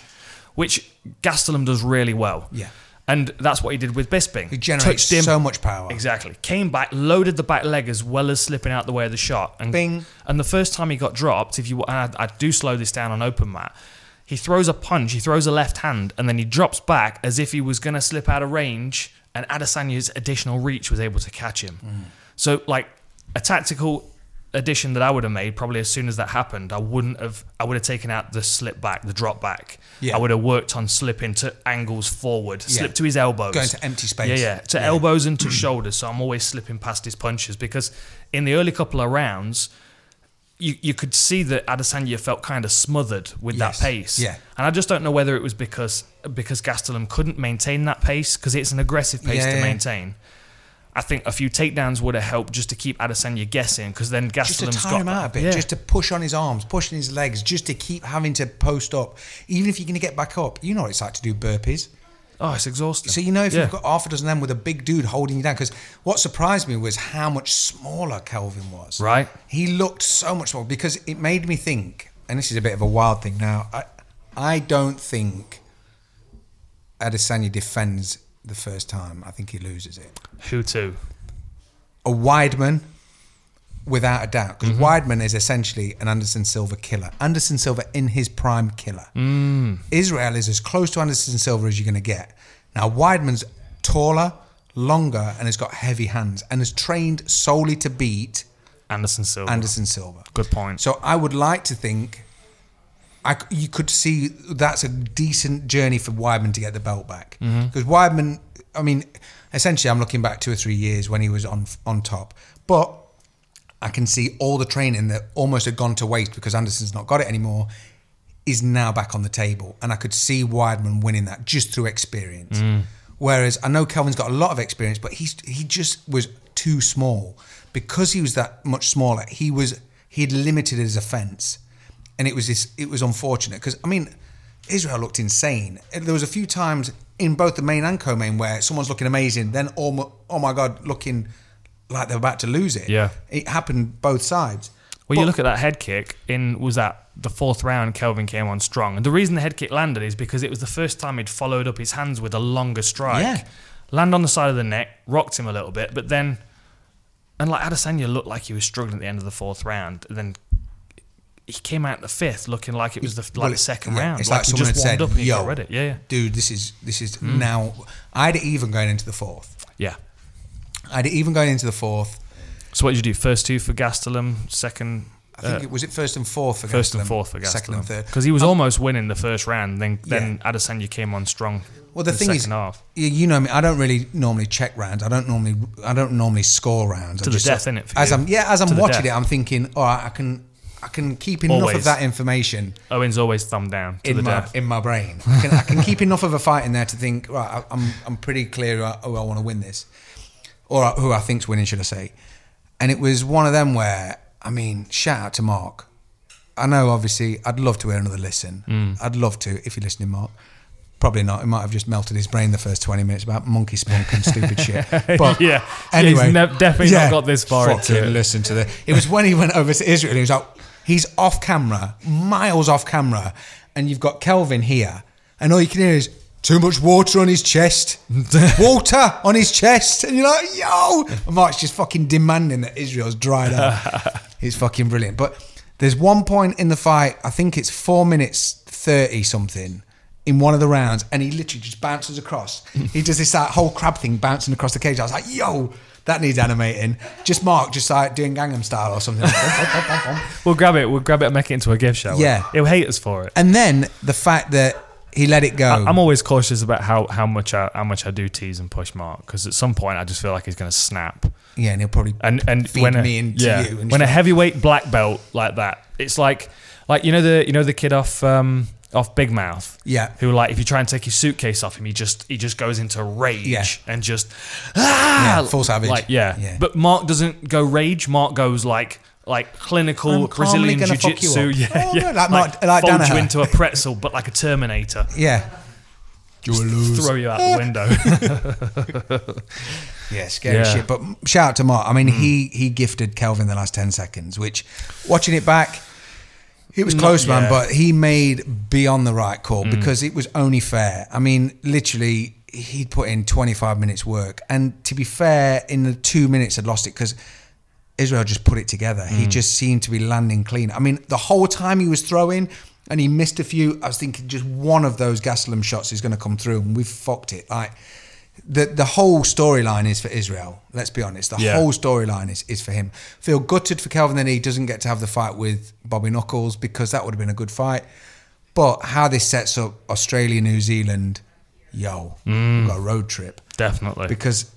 Speaker 3: which Gastelum does really well.
Speaker 4: Yeah.
Speaker 3: And that's what he did with Bisping.
Speaker 4: He generates
Speaker 3: Touched him.
Speaker 4: so much power.
Speaker 3: Exactly. Came back, loaded the back leg as well as slipping out the way of the shot. And,
Speaker 4: Bing.
Speaker 3: And the first time he got dropped, if you and I, I do slow this down on open mat, he throws a punch, he throws a left hand, and then he drops back as if he was going to slip out of range. And Adesanya's additional reach was able to catch him.
Speaker 4: Mm.
Speaker 3: So like a tactical addition that I would have made probably as soon as that happened, I wouldn't have. I would have taken out the slip back, the drop back.
Speaker 4: Yeah.
Speaker 3: I would have worked on slipping to angles forward,
Speaker 4: Yeah.
Speaker 3: slip to his elbows,
Speaker 4: Going to empty space.
Speaker 3: Yeah, yeah to
Speaker 4: Yeah.
Speaker 3: elbows and to shoulders. So I'm always slipping past his punches because in the early couple of rounds, you, you could see that Adesanya felt kind of smothered with
Speaker 4: Yes.
Speaker 3: that pace.
Speaker 4: Yeah.
Speaker 3: And I just don't know whether it was because because Gastelum couldn't maintain that pace because it's an aggressive pace
Speaker 4: Yeah,
Speaker 3: to
Speaker 4: yeah.
Speaker 3: maintain. I think a few takedowns would have helped just to keep Adesanya guessing because then
Speaker 4: Just to
Speaker 3: Gastelum's
Speaker 4: tire
Speaker 3: got
Speaker 4: him out a bit,
Speaker 3: Yeah.
Speaker 4: just to push on his arms, pushing his legs, just to keep having to post up. Even if you're going to get back up, you know what it's like to do burpees.
Speaker 3: oh, it's exhausting.
Speaker 4: So you know if
Speaker 3: Yeah.
Speaker 4: you've got half a dozen of them with a big dude holding you down, because what surprised me was how much smaller Kelvin was.
Speaker 3: Right.
Speaker 4: He looked so much smaller because it made me think, and this is a bit of a wild thing now. I, I don't think Adesanya defends the first time. I think he loses it.
Speaker 3: who to?
Speaker 4: A Weidman, without a doubt, because Weidman is essentially an Anderson Silva killer. Anderson Silva in his prime killer. Israel is as close to Anderson Silva as you're going to get. Now, Weidman's taller, longer, and has got heavy hands, and is trained solely to beat
Speaker 3: Anderson Silva.
Speaker 4: Anderson Silva.
Speaker 3: Good point.
Speaker 4: So I would like to think I c you could see that's a decent journey for Weidman to get the belt back because Weidman, I mean, essentially I'm looking back two or three years when he was on on top, but I can see all the training that almost had gone to waste because Anderson's not got it anymore is now back on the table, and I could see Weidman winning that just through experience. Whereas I know Kelvin's got a lot of experience, but he's he just was too small because he was that much smaller. He was he'd limited his offense, and it was this it was unfortunate because I mean Israel looked insane. And There was a few times in both the main and co-main where someone's looking amazing, then oh my, oh my god, looking like they're about to lose it.
Speaker 3: Yeah.
Speaker 4: it happened both sides.
Speaker 3: Well,
Speaker 4: But-
Speaker 3: you look at that head kick in was that the fourth round. Kelvin came on strong, and the reason the head kick landed is because it was the first time he'd followed up his hands with a longer strike.
Speaker 4: Yeah.
Speaker 3: Land on the side of the neck, rocked him a little bit, but then, and like Adesanya looked like he was struggling at the end of the fourth round, and then he came out the fifth looking like it was the like
Speaker 4: Well,
Speaker 3: the second
Speaker 4: yeah,
Speaker 3: round.
Speaker 4: It's like,
Speaker 3: he
Speaker 4: someone
Speaker 3: just warmed
Speaker 4: had said,
Speaker 3: up and he
Speaker 4: "Yo,
Speaker 3: got rid of it. Yeah, Mm. yeah,
Speaker 4: dude, this is this is now." I'd even going into the fourth.
Speaker 3: yeah.
Speaker 4: I'd even going into the fourth.
Speaker 3: So what did you do? First two for Gastelum, second.
Speaker 4: I think it was it first and fourth for
Speaker 3: First and
Speaker 4: Gastelum?
Speaker 3: fourth for Gastelum,
Speaker 4: second and third. Um,
Speaker 3: because he was almost winning the first round. Then,
Speaker 4: Yeah.
Speaker 3: then Adesanya came on strong.
Speaker 4: Well, the
Speaker 3: in
Speaker 4: thing
Speaker 3: second
Speaker 4: is,
Speaker 3: half.
Speaker 4: you, you know me. I don't really normally check rounds. I don't normally. I don't normally score rounds.
Speaker 3: To
Speaker 4: I'm
Speaker 3: the
Speaker 4: just-
Speaker 3: death, innit, for
Speaker 4: As
Speaker 3: you?
Speaker 4: I'm yeah, as
Speaker 3: To
Speaker 4: I'm
Speaker 3: the
Speaker 4: watching it,
Speaker 3: death.
Speaker 4: I'm thinking, all right, I can, I can keep enough
Speaker 3: Always.
Speaker 4: of that information
Speaker 3: Owen's always thumb down to the
Speaker 4: in my
Speaker 3: death.
Speaker 4: in my brain. I can, I can keep enough of a fight in there to think, right, I, I'm I'm pretty clear who I, who I want to win this, or who I think's winning, should I say? And it was one of them where, I mean, shout out to Mark. I know, obviously, I'd love to hear another listen.
Speaker 3: Mm.
Speaker 4: I'd love to, if you're listening, Mark. Probably not. It might have just melted his brain the first 20 minutes about monkey spunk and stupid shit. But
Speaker 3: Yeah. He's
Speaker 4: anyway,
Speaker 3: ne- definitely not got this far into
Speaker 4: fucking
Speaker 3: it.
Speaker 4: listen to the. It was when he went over to Israel. He was like, he's off camera, miles off camera, and you've got Kelvin here, and all you can hear is too much water on his chest, water on his chest, and you're like, yo, and Mark's just fucking demanding that Israel's dried up. it's fucking brilliant. But there's one point in the fight, I think it's four minutes thirty something. In one of the rounds, and he literally just bounces across. he does this like, whole crab thing bouncing across the cage. I was like, "Yo, that needs animating." Just Mark, just like doing Gangnam Style or something.
Speaker 3: We'll grab it. We'll grab it and make it into a gift, shall we?
Speaker 4: Yeah. Oh.
Speaker 3: He'll hate us for it.
Speaker 4: And then the fact that he let it go.
Speaker 3: I'm always cautious about how, how much I how much I do tease and push Mark because at some point I just feel like he's going to snap.
Speaker 4: yeah, and he'll probably
Speaker 3: And and
Speaker 4: feed
Speaker 3: when
Speaker 4: me
Speaker 3: a,
Speaker 4: into
Speaker 3: yeah,
Speaker 4: you. And
Speaker 3: when a
Speaker 4: stuff.
Speaker 3: heavyweight black belt like that, it's like like you know the you know the kid off um off Big Mouth.
Speaker 4: Yeah.
Speaker 3: Who like if you try and take his suitcase off him, he just he just goes into rage
Speaker 4: Yeah.
Speaker 3: and just ah
Speaker 4: Yeah, full savage.
Speaker 3: Like yeah.
Speaker 4: Yeah.
Speaker 3: But Mark doesn't go rage. Mark goes like. Like clinical
Speaker 4: I'm calmly
Speaker 3: Brazilian
Speaker 4: gonna
Speaker 3: jiu
Speaker 4: fuck you
Speaker 3: jitsu,
Speaker 4: up.
Speaker 3: yeah,
Speaker 4: Oh,
Speaker 3: yeah.
Speaker 4: yeah, like Mark- like
Speaker 3: fold you
Speaker 4: Danaher.
Speaker 3: into a pretzel, but like a Terminator,
Speaker 4: yeah, you will lose.
Speaker 3: throw you out the window.
Speaker 4: Yeah, scary
Speaker 3: Yeah.
Speaker 4: shit. But shout out to Mark. I mean, he he gifted Kelvin the last ten seconds, which watching it back, it was close,
Speaker 3: yeah.
Speaker 4: man. But he made beyond the right call because it was only fair. I mean, literally, he'd put in twenty five minutes work, and to be fair, in the two minutes, had lost it because. Israel just put it together. He just seemed to be landing clean. I mean, the whole time he was throwing and he missed a few, I was thinking just one of those Gaslam shots is going to come through and we've fucked it. Like, the, the whole storyline is for Israel. Let's be honest. The
Speaker 3: Yeah.
Speaker 4: whole storyline is, is for him. Feel gutted for Calvin that he doesn't get to have the fight with Bobby Knuckles because that would have been a good fight. But how this sets up Australia, New Zealand, yo, we've got a road trip
Speaker 3: Definitely.
Speaker 4: because I-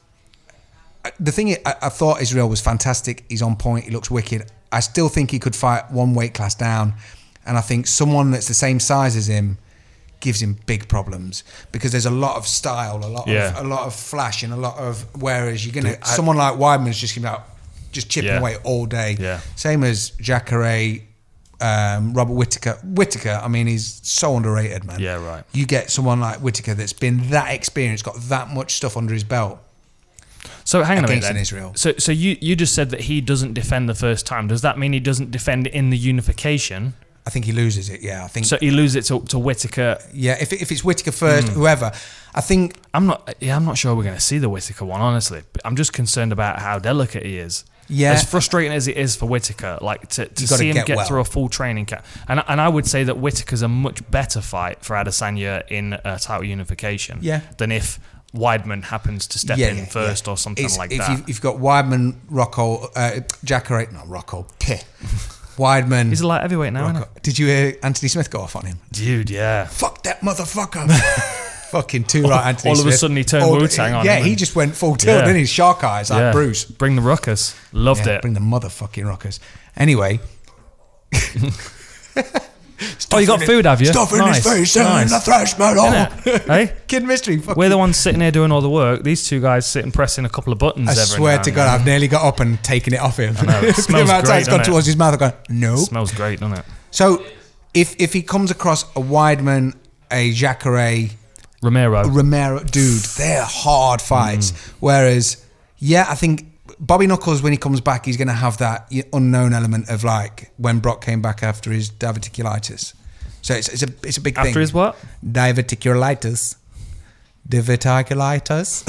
Speaker 4: uh, the thing is, I, I thought Israel was fantastic. He's on point. He looks wicked. I still think he could fight one weight class down, and I think someone that's the same size as him gives him big problems because there's a lot of style, a lot
Speaker 3: Yeah.
Speaker 4: of a lot of flash, and a lot of whereas you're gonna someone like Weidman's just gonna be out just chipping
Speaker 3: Yeah.
Speaker 4: away all day.
Speaker 3: Yeah.
Speaker 4: Same as Jacare, um, Robert Whitaker. Whitaker, I mean, he's so underrated, man.
Speaker 3: Yeah, right.
Speaker 4: You get someone like Whitaker that's been that experienced, got that much stuff under his belt.
Speaker 3: so hang on a minute.
Speaker 4: against
Speaker 3: Then.
Speaker 4: an Israel.
Speaker 3: So so you you just said that he doesn't defend the first time. Does that mean he doesn't defend in the unification?
Speaker 4: I think he loses it. Yeah, I think.
Speaker 3: So Hmm. he loses it to, to Whitaker.
Speaker 4: yeah, if, if it's Whitaker first, whoever, I think
Speaker 3: I'm not yeah, I'm not sure we're going to see the Whitaker one honestly. But I'm just concerned about how delicate he is.
Speaker 4: Yeah.
Speaker 3: As frustrating as it is for Whitaker, like to, to
Speaker 4: You gotta
Speaker 3: see him
Speaker 4: get
Speaker 3: get,
Speaker 4: well.
Speaker 3: through a full training camp, and and I would say that Whitaker's a much better fight for Adesanya in a title unification,
Speaker 4: Yeah.
Speaker 3: than if Weidman happens to step in first or something
Speaker 4: It's-
Speaker 3: like
Speaker 4: if
Speaker 3: that.
Speaker 4: You, if you've got Weidman, Rocco, uh, Jacare, not Rocco, Teh. Weidman.
Speaker 3: He's a light heavyweight now, isn't
Speaker 4: Rocco. Did you hear Anthony Smith go off on him?
Speaker 3: he? dude. Yeah,
Speaker 4: Fuck that motherfucker. Fucking two right Anthony
Speaker 3: all of a
Speaker 4: Smith.
Speaker 3: sudden he turned
Speaker 4: All-
Speaker 3: Wu-Tang on
Speaker 4: Yeah,
Speaker 3: him
Speaker 4: he
Speaker 3: and-
Speaker 4: just went full tilt,
Speaker 3: Yeah.
Speaker 4: didn't he? Shark eyes like
Speaker 3: yeah.
Speaker 4: Bruce.
Speaker 3: bring the ruckus. Loved
Speaker 4: Yeah,
Speaker 3: it.
Speaker 4: Bring the motherfucking rockers. Anyway.
Speaker 3: Oh, you got food, have you?
Speaker 4: Stuff in
Speaker 3: nice.
Speaker 4: his face
Speaker 3: nice.
Speaker 4: and the thrash metal.
Speaker 3: Innit? hey.
Speaker 4: Kid Mystery. Fucking
Speaker 3: We're the ones sitting here doing all the work. These two guys sitting pressing a couple of buttons.
Speaker 4: I
Speaker 3: every
Speaker 4: swear
Speaker 3: now
Speaker 4: to
Speaker 3: and
Speaker 4: God,
Speaker 3: then.
Speaker 4: I've nearly got up and taken it off him.
Speaker 3: know, it
Speaker 4: the
Speaker 3: smells
Speaker 4: amount of time
Speaker 3: great,
Speaker 4: it's gone
Speaker 3: doesn't it?
Speaker 4: towards his mouth, I've gone, no.
Speaker 3: It smells great, doesn't it?
Speaker 4: So, if if he comes across a Weidman, a Jacare,
Speaker 3: Romero.
Speaker 4: Romero, dude, they're hard fights.
Speaker 3: Mm.
Speaker 4: Whereas, yeah, I think Bobby Knuckles, when he comes back, he's going to have that y- unknown element of like when Brock came back after his diverticulitis. So it's, it's a it's a big thing.
Speaker 3: After his what?
Speaker 4: Diverticulitis. Diverticulitis.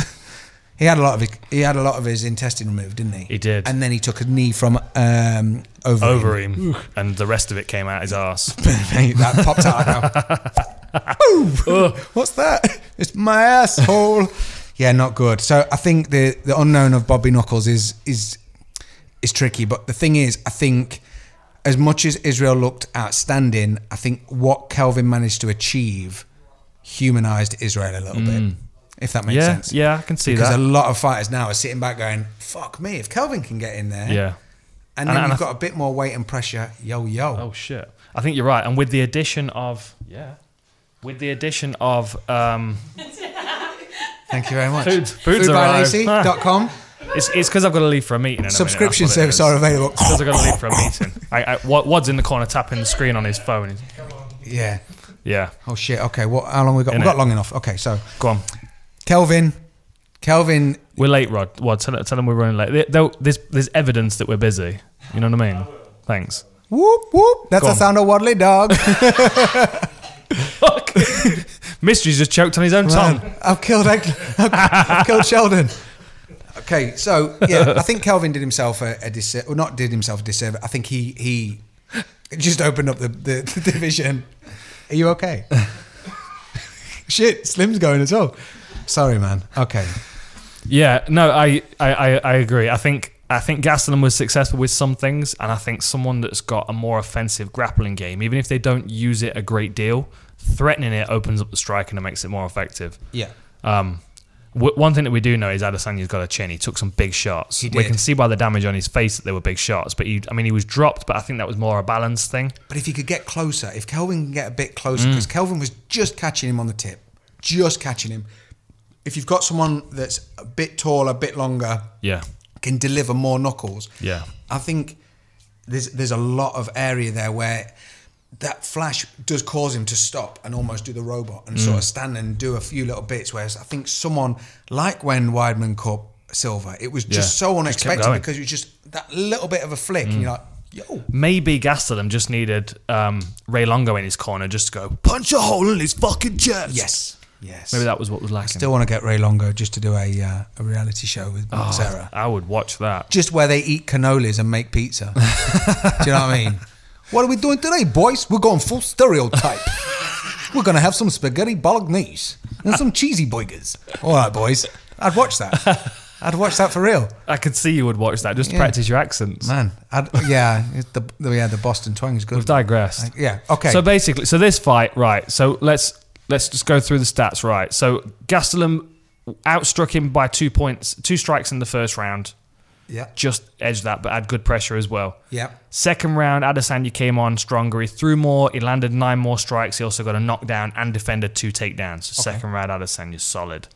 Speaker 4: he had a lot of his, he had a lot of his intestine removed, didn't he?
Speaker 3: He did.
Speaker 4: And then he took a knee from um over
Speaker 3: over him, and the rest of it came out his ass.
Speaker 4: Mate, that popped out. I go, "Ooh, what's that? It's my asshole. Yeah, not good. So I think the the unknown of Bobby Knuckles is is is tricky. But the thing is, I think as much as Israel looked outstanding, I think what Kelvin managed to achieve humanized Israel a little bit. If that makes
Speaker 3: Mm. yeah,
Speaker 4: sense.
Speaker 3: yeah, I can see
Speaker 4: Because
Speaker 3: that.
Speaker 4: a lot of fighters now are sitting back going, "Fuck me!" If Kelvin can get in there,
Speaker 3: yeah.
Speaker 4: and
Speaker 3: And-
Speaker 4: then
Speaker 3: and
Speaker 4: you've
Speaker 3: I-
Speaker 4: got a bit more weight and pressure. Yo, yo.
Speaker 3: Oh shit! I think you're right. And with the addition of yeah, with the addition of um,
Speaker 4: Thank you very much.
Speaker 3: Food- food's Ah. arrived.
Speaker 4: Foodbylacey.com.
Speaker 3: it's it's because I've got to leave for a meeting. In a
Speaker 4: Subscription
Speaker 3: minute,
Speaker 4: service are available.
Speaker 3: Because I've got to leave for a meeting. I, I, Wad- Wad's in the corner tapping the screen on his phone. He's-
Speaker 4: Yeah.
Speaker 3: Yeah,
Speaker 4: Oh shit. Okay. What? How long we got? We
Speaker 3: Innit?
Speaker 4: got long enough. Okay. So
Speaker 3: go on.
Speaker 4: Kelvin, Kelvin.
Speaker 3: We're late, Rod. Wad, tell, tell them we're running late. There- there- there's there's evidence that we're busy. You know what I mean? Thanks.
Speaker 4: Whoop whoop. That's
Speaker 3: Go
Speaker 4: the
Speaker 3: on.
Speaker 4: sound of Waddly Dog.
Speaker 3: Fuck. Mystery's just choked on his own tongue.
Speaker 4: Man, I've killed. Egg- I've, I've killed Sheldon. Okay. So yeah, I think Kelvin did himself a, a disservice. Well, not did himself a disservice. I think he he just opened up the, the, the division. Are you okay? shit. Slim's going as well. Sorry, man. Okay.
Speaker 3: Yeah, no, I, I, I, I agree. I think I think Gastelum was successful with some things, and I think someone that's got a more offensive grappling game, even if they don't use it a great deal, threatening it opens up the striking and makes it more effective.
Speaker 4: Yeah.
Speaker 3: Um, w- one thing that we do know is Adesanya's got a chin. He took some big shots.
Speaker 4: He
Speaker 3: We
Speaker 4: did.
Speaker 3: can see by the damage on his face that they were big shots. But he, I mean, he was dropped. But I think that was more a balance thing.
Speaker 4: But if he could get closer, if Kelvin can get a bit closer,
Speaker 3: Mm.
Speaker 4: because Kelvin was just catching him on the tip, just catching him. If you've got someone that's a bit taller, a bit longer,
Speaker 3: Yeah.
Speaker 4: can deliver more knuckles.
Speaker 3: Yeah.
Speaker 4: I think there's there's a lot of area there where that flash does cause him to stop and almost do the robot and sort of
Speaker 3: Mm.
Speaker 4: stand and do a few little bits. Whereas I think someone like when Weidman caught Silver, it was just
Speaker 3: Yeah.
Speaker 4: so
Speaker 3: Just kept
Speaker 4: unexpected
Speaker 3: going. Mm.
Speaker 4: because it was just that little bit of a flick, and you're like, yo.
Speaker 3: Maybe Gastelum just needed um, Ray Longo in his corner just to go punch a hole in his fucking chest.
Speaker 4: Yes. Yes.
Speaker 3: Maybe that was what was lacking.
Speaker 4: Still want to get Ray Longo just to do a uh, a reality show with
Speaker 3: Ah.
Speaker 4: Sarah.
Speaker 3: I would watch that.
Speaker 4: Just where they eat cannolis and make pizza. do you know what I mean? What are we doing today, boys? We're going full stereotype. We're gonna have some spaghetti bolognese and some cheesy burgers. All right, boys. I'd watch that. I'd watch that for real,
Speaker 3: I could see you would watch that. Just to
Speaker 4: Yeah.
Speaker 3: practice your accents.
Speaker 4: man. I'd, yeah, it's the yeah the Boston twang is good.
Speaker 3: We've digressed.
Speaker 4: Yeah. Okay.
Speaker 3: So basically, so this fight, right? So let's let's just go through the stats, right? So Gastelum outstruck him by two points, two strikes in the first round.
Speaker 4: yeah.
Speaker 3: Just edged that, but had good pressure as well.
Speaker 4: Yeah.
Speaker 3: Second round, Adesanya came on stronger. He threw more. He landed nine more strikes. He also got a knockdown and defended two takedowns. So second round, Adesanya's solid.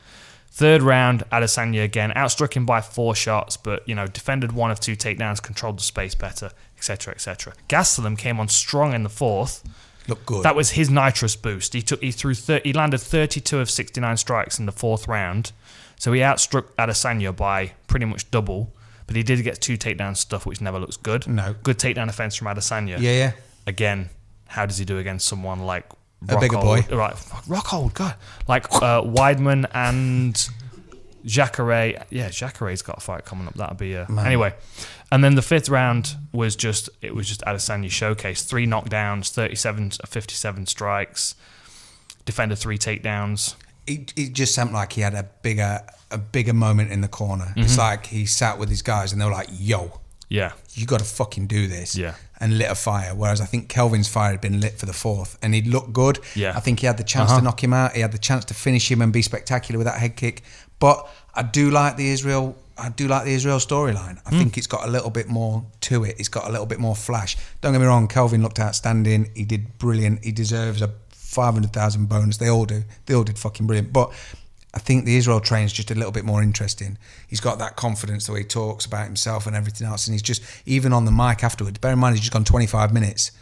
Speaker 3: Third round, Adesanya again outstruck him by four shots, but you know defended one of two takedowns, controlled the space better, etc., etc. Gastelum came on strong in the fourth.
Speaker 4: Look good.
Speaker 3: That was his nitrous boost. He took he threw thir he landed 32 of 69 strikes in the fourth round, so he outstruck Adesanya by pretty much double. But he did get two takedown stuff, which never looks good.
Speaker 4: No.
Speaker 3: good takedown offense from Adesanya.
Speaker 4: yeah. Yeah.
Speaker 3: Again, how does he do against someone like
Speaker 4: A bigger
Speaker 3: Rockhold-
Speaker 4: boy.
Speaker 3: Right, fuck, Rockhold, God, like uh, Weidman and Jacare, yeah, Jacare's got a fight coming up. That'll be uh,
Speaker 4: Man.
Speaker 3: anyway. And then the fifth round was just it was just Adesanya showcase three knockdowns, 37, 57 strikes, defender three takedowns.
Speaker 4: it, it just seemed like he had a bigger a bigger moment in the corner. It's like he sat with his guys and they were like, "Yo,
Speaker 3: Yeah,
Speaker 4: you got to fucking do this."
Speaker 3: Yeah.
Speaker 4: And lit a fire. Whereas I think Kelvin's fire had been lit for the fourth, and he'd looked good.
Speaker 3: Yeah.
Speaker 4: I think he had the chance to knock him out. He had the chance to finish him and be spectacular with that head kick. But I do like the Israel. I do like the Israel storyline. I think it's got a little bit more to it. It's got a little bit more flash. Don't get me wrong. Kelvin looked outstanding. He did brilliant. He deserves a five hundred thousand bonus. They all do. They all did fucking brilliant. But I think the Israel train's just a little bit more interesting. He's got that confidence the way he talks about himself and everything else, and he's just even on the mic afterwards. Bear in mind, he's just gone twenty five minutes.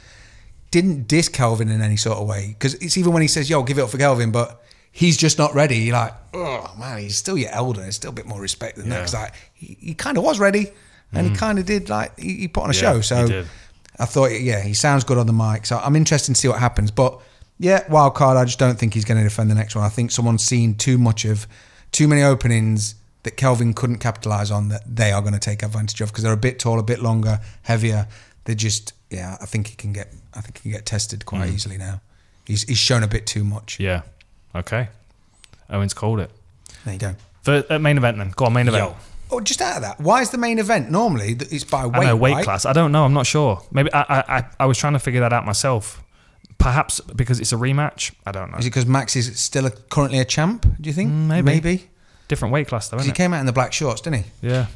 Speaker 4: Didn't diss Kelvin in any sort of way because it's even when he says, "Yo, give it up for Kelvin," but he's just not ready. You're like, oh man, he's still your elder. There's still a bit more respect than that.
Speaker 3: Yeah. Mm.
Speaker 4: 'Cause, like he, he kind of was ready, and he kind of did like he, he put on a
Speaker 3: Yeah,
Speaker 4: show.
Speaker 3: he
Speaker 4: So
Speaker 3: did.
Speaker 4: I thought, yeah, he sounds good on the mic. So I'm interested to see what happens. But yeah, wild card. I just don't think he's going to defend the next one. I think someone's seen too much of too many openings that Kelvin couldn't capitalize on that they are going to take advantage of because they're a bit taller, a bit longer, heavier. They're just yeah. I think he can get. I think he can get tested quite easily now. He's, he's shown a bit too much.
Speaker 3: Mm. yeah, okay. Owens called it.
Speaker 4: There you go.
Speaker 3: For uh, main event then. Go on, main event.
Speaker 4: Oh, just out of that, why is the main event normally that it's by weight?
Speaker 3: I know weight
Speaker 4: right?
Speaker 3: class. I don't know. I'm not sure. Maybe I, I, I, I was trying to figure that out myself. Perhaps because it's a rematch. I don't know.
Speaker 4: Is it because Max is still a, currently a champ? Do you think?
Speaker 3: Mm, maybe.
Speaker 4: Maybe. 'Cause
Speaker 3: Different weight class though,
Speaker 4: he
Speaker 3: isn't it?
Speaker 4: came out in the black shorts, didn't he?
Speaker 3: Yeah.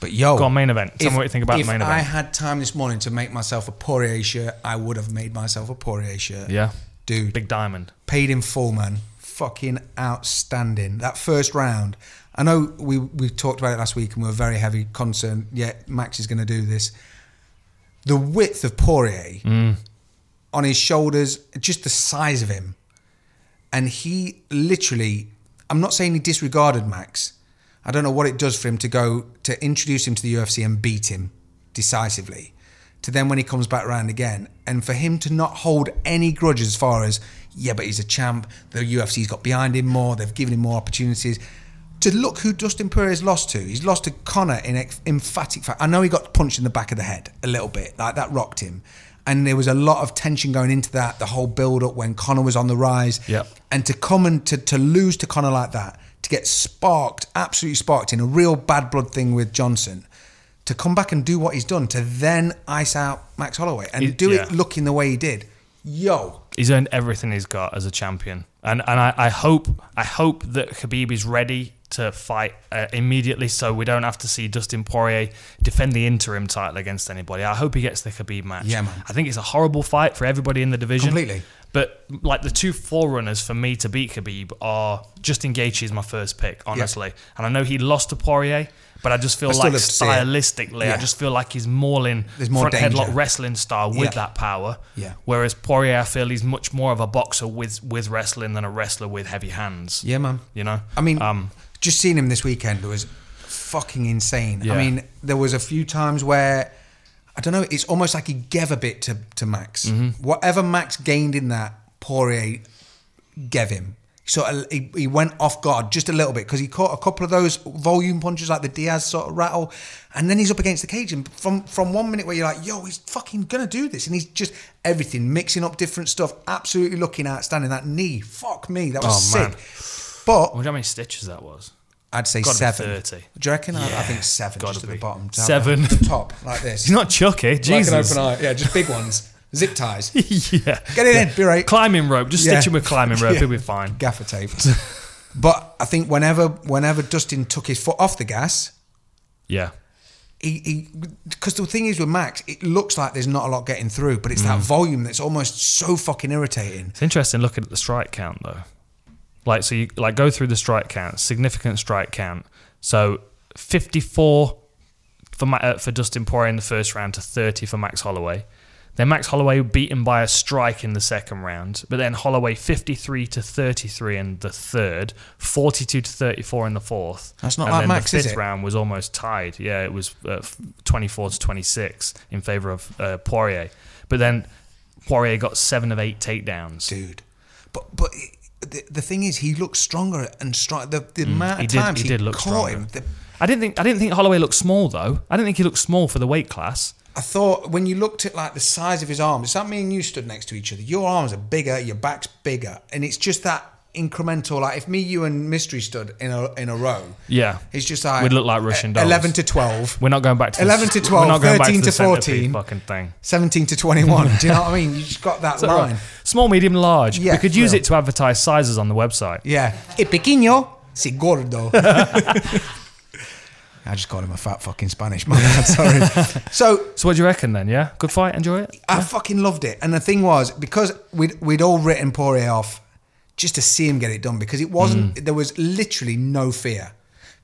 Speaker 4: But yo,
Speaker 3: Go on, main event. Tell me what you think about the
Speaker 4: if
Speaker 3: main
Speaker 4: I
Speaker 3: event.
Speaker 4: had time this morning to make myself a Poirier shirt, I would have made myself a Poirier shirt.
Speaker 3: Yeah.
Speaker 4: dude,
Speaker 3: Big diamond.
Speaker 4: paid in full, man. Fucking outstanding. That first round. I know we we talked about it last week and we were very heavy concerned. Yeah, Max is going to do this. The width of Poirier
Speaker 3: Mm.
Speaker 4: on his shoulders, just the size of him, and he literally. I'm not saying he disregarded Max. I don't know what it does for him to go to introduce him to the UFC and beat him decisively. To then when he comes back round again, and for him to not hold any grudge as far as yeah, but he's a champ. The UFC's got behind him more. They've given him more opportunities. To look who Dustin Poirier's lost to. He's lost to Connor in ex- emphatic fact. I know he got punched in the back of the head a little bit, like that rocked him, and there was a lot of tension going into that. The whole build up when Connor was on the rise,
Speaker 3: Yep.
Speaker 4: and to come and to, to lose to Connor like that, to get sparked, absolutely sparked in a real bad blood thing with Johnson, to come back and do what he's done, to then ice out Max Holloway and
Speaker 3: It-
Speaker 4: do it
Speaker 3: yeah.
Speaker 4: looking the way he did. Yo,
Speaker 3: He's earned everything he's got as a champion, and and I, I hope I hope that Khabib is ready to fight uh, immediately, so we don't have to see Dustin Poirier defend the interim title against anybody. I hope he gets the Khabib match.
Speaker 4: Yeah, man.
Speaker 3: I think it's a horrible fight for everybody in the division.
Speaker 4: Completely.
Speaker 3: But like the two forerunners for me to beat Khabib are Justin Gaethje is my first pick, honestly, and I know he lost to Poirier, but I just feel
Speaker 4: I still
Speaker 3: like
Speaker 4: love to see it.
Speaker 3: stylistically,
Speaker 4: Yeah.
Speaker 3: I just feel like he's mauling
Speaker 4: There's more
Speaker 3: front headlock
Speaker 4: danger.
Speaker 3: wrestling style with
Speaker 4: Yeah.
Speaker 3: that power.
Speaker 4: Yeah.
Speaker 3: Whereas Poirier, I feel he's much more of a boxer with with wrestling than a wrestler with heavy hands.
Speaker 4: Yeah, man.
Speaker 3: You know.
Speaker 4: I mean,
Speaker 3: Um.
Speaker 4: just seeing him this weekend was fucking insane.
Speaker 3: Yeah.
Speaker 4: I mean, there was a few times where I don't know. It's almost like he gave a bit to to Max.
Speaker 3: Mm-hmm.
Speaker 4: Whatever Max gained in that, Poirier gave him. So uh, he, he went off guard just a little bit because he caught a couple of those volume punches like the Diaz sort of rattle, and then he's up against the cage. And from from one minute where you're like, "Yo, he's fucking gonna do this," and he's just everything mixing up different stuff, absolutely looking outstanding. That knee, fuck me, that was
Speaker 3: Oh,
Speaker 4: sick.
Speaker 3: man.
Speaker 4: But
Speaker 3: I wonder how many stitches that was.
Speaker 4: I'd say
Speaker 3: Gotta be
Speaker 4: seven.
Speaker 3: 30.
Speaker 4: Do you reckon? I- I,
Speaker 3: Yeah,
Speaker 4: think seven,
Speaker 3: gotta
Speaker 4: just at
Speaker 3: be.
Speaker 4: the bottom. To have
Speaker 3: Seven.
Speaker 4: that top like this.
Speaker 3: He's not Chucky. Jesus.
Speaker 4: Like an open eye. Yeah, just big ones. Zip ties.
Speaker 3: yeah.
Speaker 4: Get it in. Be right.
Speaker 3: Climbing rope. Just
Speaker 4: Yeah.
Speaker 3: stitch him with climbing rope.
Speaker 4: Yeah.
Speaker 3: He'll be fine.
Speaker 4: Gaffer tape. but I think whenever whenever Dustin took his foot off the gas,
Speaker 3: Yeah.
Speaker 4: he because the thing is with Max, it looks like there's not a lot getting through, but it's
Speaker 3: Mm.
Speaker 4: that volume that's almost so fucking irritating.
Speaker 3: It's interesting looking at the strike count though. Like so you like go through the strike count, significant strike count. So 54 for Ma- uh, for Dustin Poirier in the first round to 30 for Max Holloway. Then Max Holloway beaten by a strike in the second round, but then Holloway 53 to 33 in the third, 42 to 34 in the fourth.
Speaker 4: That's not
Speaker 3: and
Speaker 4: like
Speaker 3: then
Speaker 4: Max,
Speaker 3: the
Speaker 4: is
Speaker 3: fifth
Speaker 4: it?
Speaker 3: round was almost tied. Yeah, it was uh, f- 24 to 26 in favor of uh, Poirier. But then Poirier got 7 of 8 takedowns.
Speaker 4: Dude. But but the, the thing is, he looked stronger and strong. The, the
Speaker 3: Mm.
Speaker 4: amount
Speaker 3: he
Speaker 4: of
Speaker 3: did-
Speaker 4: times
Speaker 3: he
Speaker 4: he,
Speaker 3: did look
Speaker 4: caught
Speaker 3: stronger.
Speaker 4: him. The,
Speaker 3: I didn't think I didn't think Holloway looked small though. I didn't think he looked small for the weight class.
Speaker 4: I thought when you looked at like the size of his arms, it's like me and you stood next to each other. Your arms are bigger, your back's bigger, and it's just that incremental. Like if me, you, and Mystery stood in a in a row,
Speaker 3: Yeah,
Speaker 4: it's just like
Speaker 3: We'd look like Russian dolls.
Speaker 4: Eleven to twelve.
Speaker 3: We're not going back to
Speaker 4: 11 to
Speaker 3: the,
Speaker 4: 12,
Speaker 3: we're not going
Speaker 4: 13
Speaker 3: back to, the
Speaker 4: to
Speaker 3: centipede
Speaker 4: 14.
Speaker 3: fucking thing.
Speaker 4: 17 to 21. Do you know what I mean? You just got that
Speaker 3: So,
Speaker 4: line.
Speaker 3: right, Small, medium, large.
Speaker 4: Yeah,
Speaker 3: we could use
Speaker 4: real.
Speaker 3: it to advertise sizes on the website.
Speaker 4: Yeah. E pequeño, si gordo. I just called him a fat fucking Spanish man. I'm sorry. so
Speaker 3: So what do you reckon then? Yeah, good fight. Enjoy it.
Speaker 4: I fucking loved it. And the thing was, because we'd, we'd all written Poirier off just to see him get it done, because it wasn't,
Speaker 3: Mm.
Speaker 4: there was literally no fear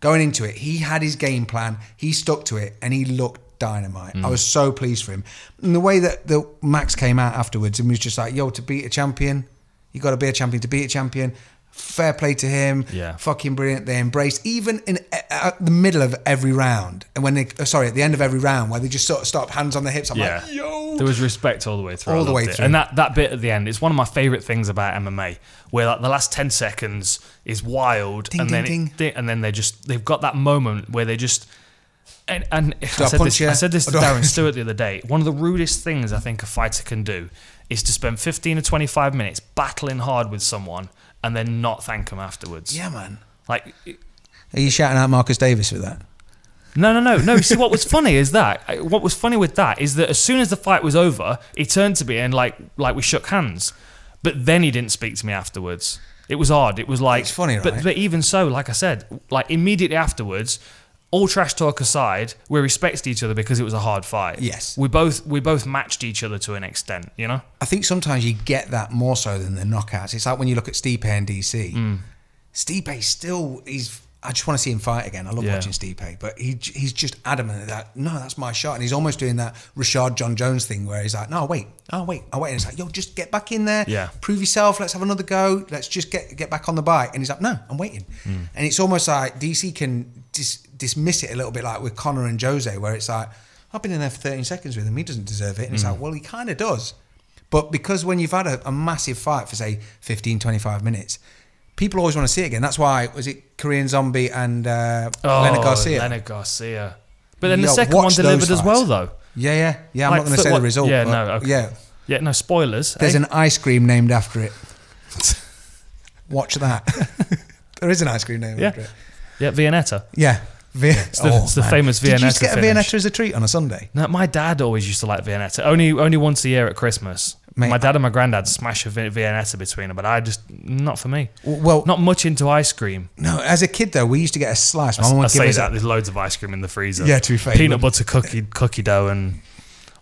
Speaker 4: going into it. He had his game plan, he stuck to it, and he looked dynamite.
Speaker 3: Mm.
Speaker 4: I was so pleased for him. And the way that, that Max came out afterwards and was just like, yo, to beat a champion, you got to be a champion to beat a champion. Fair play to him.
Speaker 3: Yeah.
Speaker 4: Fucking brilliant. They embraced even in at the middle of every round, and when they oh, sorry at the end of every round, where they just sort of stop hands on the hips. I'm
Speaker 3: Yeah,
Speaker 4: like, yo,
Speaker 3: there was respect all the way through. I
Speaker 4: All the
Speaker 3: loved
Speaker 4: way
Speaker 3: it.
Speaker 4: through.
Speaker 3: and that that bit at the end is one of my favorite things about MMA, where like the last ten seconds is wild,
Speaker 4: Ding,
Speaker 3: and
Speaker 4: ding,
Speaker 3: then it-
Speaker 4: ding.
Speaker 3: they- and then they just they've got that moment where they just. And, and I,
Speaker 4: I
Speaker 3: said
Speaker 4: punch
Speaker 3: this,
Speaker 4: you?
Speaker 3: I said this
Speaker 4: Or
Speaker 3: to
Speaker 4: do I-
Speaker 3: Darren Stewart the other day. One of the rudest things I think a fighter can do is to spend 15 or 25 minutes battling hard with someone and then not thank them afterwards.
Speaker 4: yeah, man.
Speaker 3: Like,
Speaker 4: Are you shouting out Marcus Davis with that?
Speaker 3: No, no, no, no. See, what was funny is that uh, what was funny with that is that as soon as the fight was over, he turned to me and like like we shook hands, but then he didn't speak to me afterwards. It was odd. It was like
Speaker 4: It's funny,
Speaker 3: but
Speaker 4: right?
Speaker 3: but even so, like I said, like immediately afterwards. All trash talk aside, we respected each other because it was a hard fight.
Speaker 4: Yes.
Speaker 3: we both we both matched each other to an extent, you know.
Speaker 4: I think sometimes you get that more so than the knockouts. It's like when you look at Stipe and DC. Stipe still he's. I just want to see him fight again. I love
Speaker 3: Yeah.
Speaker 4: watching Stipe, but he he's just adamant that no, that's my shot, and he's almost doing that Rashad John Jones thing where he's like, no, wait, oh wait, I wait, and it's like, yo, just get back in there,
Speaker 3: Yeah.
Speaker 4: prove yourself, let's have another go, let's just get get back on the bike, and he's like, no, I'm waiting, and it's almost like DC can dis- dismiss it a little bit, like with Connor and Jose, where it's like, I've been in there for 13 seconds with him, he doesn't deserve it, and it's like, well, he kind of does, but because when you've had a, a massive fight for, say, 15, 25 minutes, people always want to see it again. That's why, was it Korean Zombie and uh,
Speaker 3: Oh,
Speaker 4: Leonard Garcia?
Speaker 3: Leonard Garcia. But then the
Speaker 4: Yeah,
Speaker 3: second
Speaker 4: watch
Speaker 3: one
Speaker 4: those
Speaker 3: delivered as well,
Speaker 4: fights.
Speaker 3: though.
Speaker 4: Yeah, yeah. Yeah, I'm
Speaker 3: Like,
Speaker 4: not going
Speaker 3: for
Speaker 4: to say
Speaker 3: what-
Speaker 4: the result.
Speaker 3: yeah,
Speaker 4: but
Speaker 3: no, okay.
Speaker 4: Yeah,
Speaker 3: Yeah, no spoilers.
Speaker 4: there's
Speaker 3: eh?
Speaker 4: an ice cream named after it. Watch that. there is an ice cream named
Speaker 3: yeah,
Speaker 4: after it.
Speaker 3: yeah, Vianetta.
Speaker 4: Yeah. Vi- it's
Speaker 3: the- it's the famous
Speaker 4: Did you just
Speaker 3: Viennetta
Speaker 4: get a
Speaker 3: finish.
Speaker 4: Viennetta as a treat on a Sunday?
Speaker 3: No, my dad always used to like Viennetta. Only only once a year at Christmas.
Speaker 4: Mate,
Speaker 3: my dad and my granddad smash a Vi- Viennetta between them, but I just not for me.
Speaker 4: W- well-
Speaker 3: not much into ice cream.
Speaker 4: No, as a kid though, we used to get a slice. My
Speaker 3: I,
Speaker 4: mum
Speaker 3: I
Speaker 4: would give
Speaker 3: say
Speaker 4: us
Speaker 3: that
Speaker 4: a,
Speaker 3: there's loads of ice cream in the freezer.
Speaker 4: Yeah, to be fair,
Speaker 3: peanut
Speaker 4: you
Speaker 3: butter cookie cookie dough and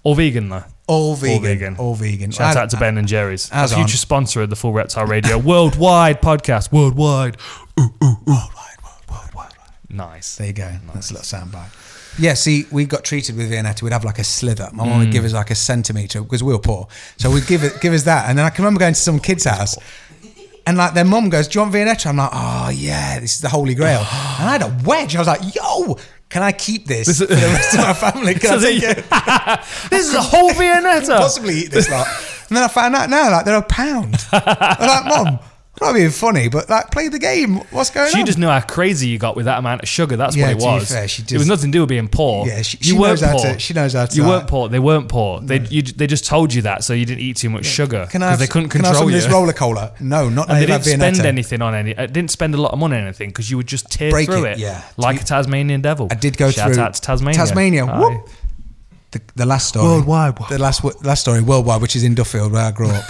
Speaker 3: all vegan though.
Speaker 4: all vegan, all vegan,
Speaker 3: vegan. Shout out to Ben and Jerry's, a
Speaker 4: as
Speaker 3: future
Speaker 4: on.
Speaker 3: sponsor of the Full Reptile Radio worldwide podcast, worldwide. Nice.
Speaker 4: There you go. That's a little soundbite. Yeah, see, we got treated with Viennetta. We'd have like a slither. My mum would
Speaker 3: Mm.
Speaker 4: give us like a centimetre because we were poor. So we'd give it, give us that. And then I can remember going to some kid's house and like their mum goes, Do you want Viennetta? I'm like, Oh, yeah, this is the Holy Grail. and I had a wedge. I was like, Yo, can I keep this,
Speaker 3: This is-
Speaker 4: for the rest of my family? Can I take it?
Speaker 3: this is a whole Viennetta.
Speaker 4: possibly eat this lot. And then I found out now, like, they're a pound. I'm like, Mum, I'm not being funny, but like, play the game. What's going
Speaker 3: She
Speaker 4: on?
Speaker 3: just knew how crazy you got with that amount of sugar. That's
Speaker 4: Yeah,
Speaker 3: what it
Speaker 4: to be
Speaker 3: was.
Speaker 4: fair, she
Speaker 3: it was
Speaker 4: does-
Speaker 3: nothing to do with being poor.
Speaker 4: Yeah, she-
Speaker 3: you
Speaker 4: she
Speaker 3: weren't
Speaker 4: knows how
Speaker 3: poor.
Speaker 4: to- she knows how to,
Speaker 3: You
Speaker 4: like-
Speaker 3: weren't poor. They weren't poor. They you, they just told you that, so you didn't eat too much sugar
Speaker 4: can I have,
Speaker 3: because they couldn't
Speaker 4: can I have
Speaker 3: control
Speaker 4: some
Speaker 3: you.
Speaker 4: of this roller cola? No, not
Speaker 3: and they
Speaker 4: now you've
Speaker 3: didn't
Speaker 4: had
Speaker 3: spend
Speaker 4: Viennetta.
Speaker 3: anything on any. uh, Didn't spend a lot of money on anything because you would just tear
Speaker 4: Break
Speaker 3: through
Speaker 4: it,
Speaker 3: it.
Speaker 4: yeah.
Speaker 3: like a Tasmanian devil.
Speaker 4: I did go
Speaker 3: Shout
Speaker 4: through
Speaker 3: out to Tasmania.
Speaker 4: Tasmania.
Speaker 3: Aye.
Speaker 4: Whoop. The, the last story.
Speaker 3: Worldwide.
Speaker 4: The last wo- last story worldwide, which is in Duffield where I grew up.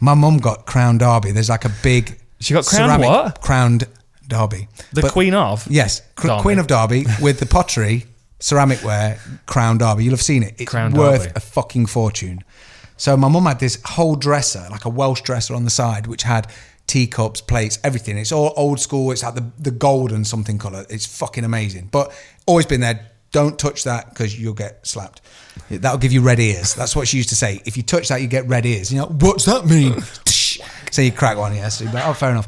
Speaker 4: My mum got crowned derby. There's like a big.
Speaker 3: She got crowned
Speaker 4: ceramic
Speaker 3: what?
Speaker 4: Crowned derby.
Speaker 3: The
Speaker 4: But-
Speaker 3: Queen of.
Speaker 4: Yes, cr-
Speaker 3: Derby.
Speaker 4: Queen of Derby with the pottery, ceramic ware, crown derby. You'll have seen it. It's
Speaker 3: Crown
Speaker 4: worth
Speaker 3: Derby.
Speaker 4: a fucking fortune. So my mum had this whole dresser, like a Welsh dresser on the side, which had teacups, plates, everything. It's all old school. It's like the, the golden something colour. It's fucking amazing. But always been there. Don't touch that because you'll get slapped. That'll give you red ears. That's what she used to say. If you touch that, you get red ears. You know, what's that mean? so you crack one, yeah. So you'd be like, oh, fair enough.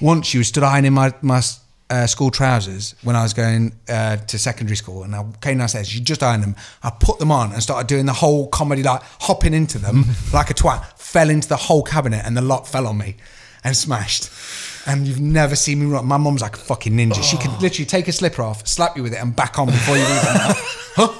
Speaker 4: Once you stood ironing my, my uh, school trousers when I was going uh, to secondary school, and I came downstairs. She just ironed them. I put them on and started doing the whole comedy, like hopping into them like a twat. Fell into the whole cabinet, and the lot fell on me. and smashed. And you've never seen me run. My mum's like a fucking ninja. She can literally take a slipper off, slap you with it, and back on before you even. huh?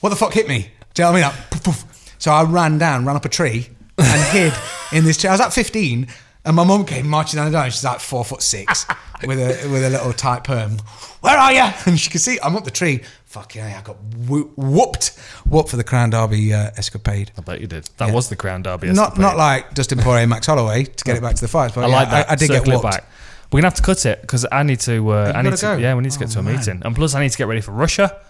Speaker 4: What the fuck hit me? Do you know what I mean? Like, poof, poof. So I ran down, ran up a tree, and hid in this tree. I was at 15, and my mum came marching down the door. and She's like four foot six with a with a little tight perm. Where are you? And she could see I'm up the tree. Fuck yeah, I got who- whooped. Whooped for the Crown Derby uh, escapade.
Speaker 3: I bet you did. That was the Crown Derby.
Speaker 4: Not
Speaker 3: escapade.
Speaker 4: not like Dustin Poirier, Max Holloway to get it back to the fights. But
Speaker 3: I
Speaker 4: yeah,
Speaker 3: like that.
Speaker 4: I, I did
Speaker 3: Circle
Speaker 4: get
Speaker 3: it
Speaker 4: whooped.
Speaker 3: back. We're gonna have to cut it because I need to. Uh, I need
Speaker 4: gotta
Speaker 3: to.
Speaker 4: go? Oh,
Speaker 3: Yeah, we need to get to a meeting, and plus I need to get ready for Russia.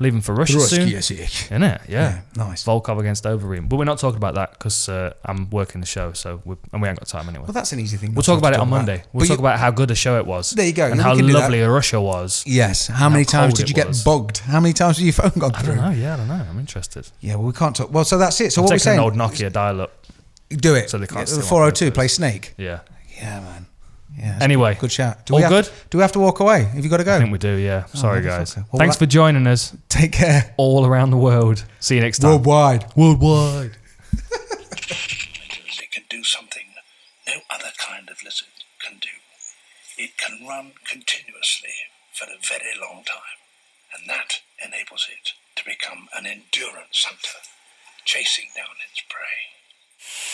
Speaker 3: Leaving for Russia soon. In it, yeah.
Speaker 4: Yeah, nice.
Speaker 3: Volkov against Overeem, but we're not talking about that because uh, I'm working the show, so we're, and we ain't got time anyway.
Speaker 4: Well, that's an easy thing.
Speaker 3: we'll
Speaker 4: not
Speaker 3: talk
Speaker 4: to
Speaker 3: about it on Monday. We'll
Speaker 4: But
Speaker 3: talk
Speaker 4: you-
Speaker 3: about how good a show it was.
Speaker 4: There you go.
Speaker 3: And
Speaker 4: We
Speaker 3: how
Speaker 4: can do that.
Speaker 3: lovely Russia was.
Speaker 4: Yes. How many
Speaker 3: how
Speaker 4: times
Speaker 3: cold
Speaker 4: did
Speaker 3: it
Speaker 4: you get
Speaker 3: was.
Speaker 4: bugged? How many times did your phone gone
Speaker 3: I don't
Speaker 4: through?
Speaker 3: know. Yeah, I don't know. I'm interested.
Speaker 4: Yeah, well, we can't talk. Well, so that's it. So
Speaker 3: I'm
Speaker 4: what we're
Speaker 3: taking
Speaker 4: saying?
Speaker 3: an old Nokia dial-up.
Speaker 4: do it.
Speaker 3: so they can't
Speaker 4: Yeah,
Speaker 3: steal
Speaker 4: the
Speaker 3: my
Speaker 4: 402
Speaker 3: photos.
Speaker 4: play Snake.
Speaker 3: Yeah,
Speaker 4: Yeah, man. Yeah. that's
Speaker 3: Anyway,
Speaker 4: good shout.
Speaker 3: all
Speaker 4: we have,
Speaker 3: good?
Speaker 4: Do we have to walk away? Have you got to go?
Speaker 3: I think we do. Yeah. Sorry, guys.
Speaker 4: Oh. motherfucker. Well,
Speaker 3: Thanks for
Speaker 4: that-
Speaker 3: joining us
Speaker 4: Take care.
Speaker 3: all around the world. See you next time.
Speaker 4: Worldwide.
Speaker 3: Worldwide.
Speaker 6: It can do something no other kind of lizard can do. It can run continuously for a very long time, and that enables it to become an endurance hunter, chasing down its prey.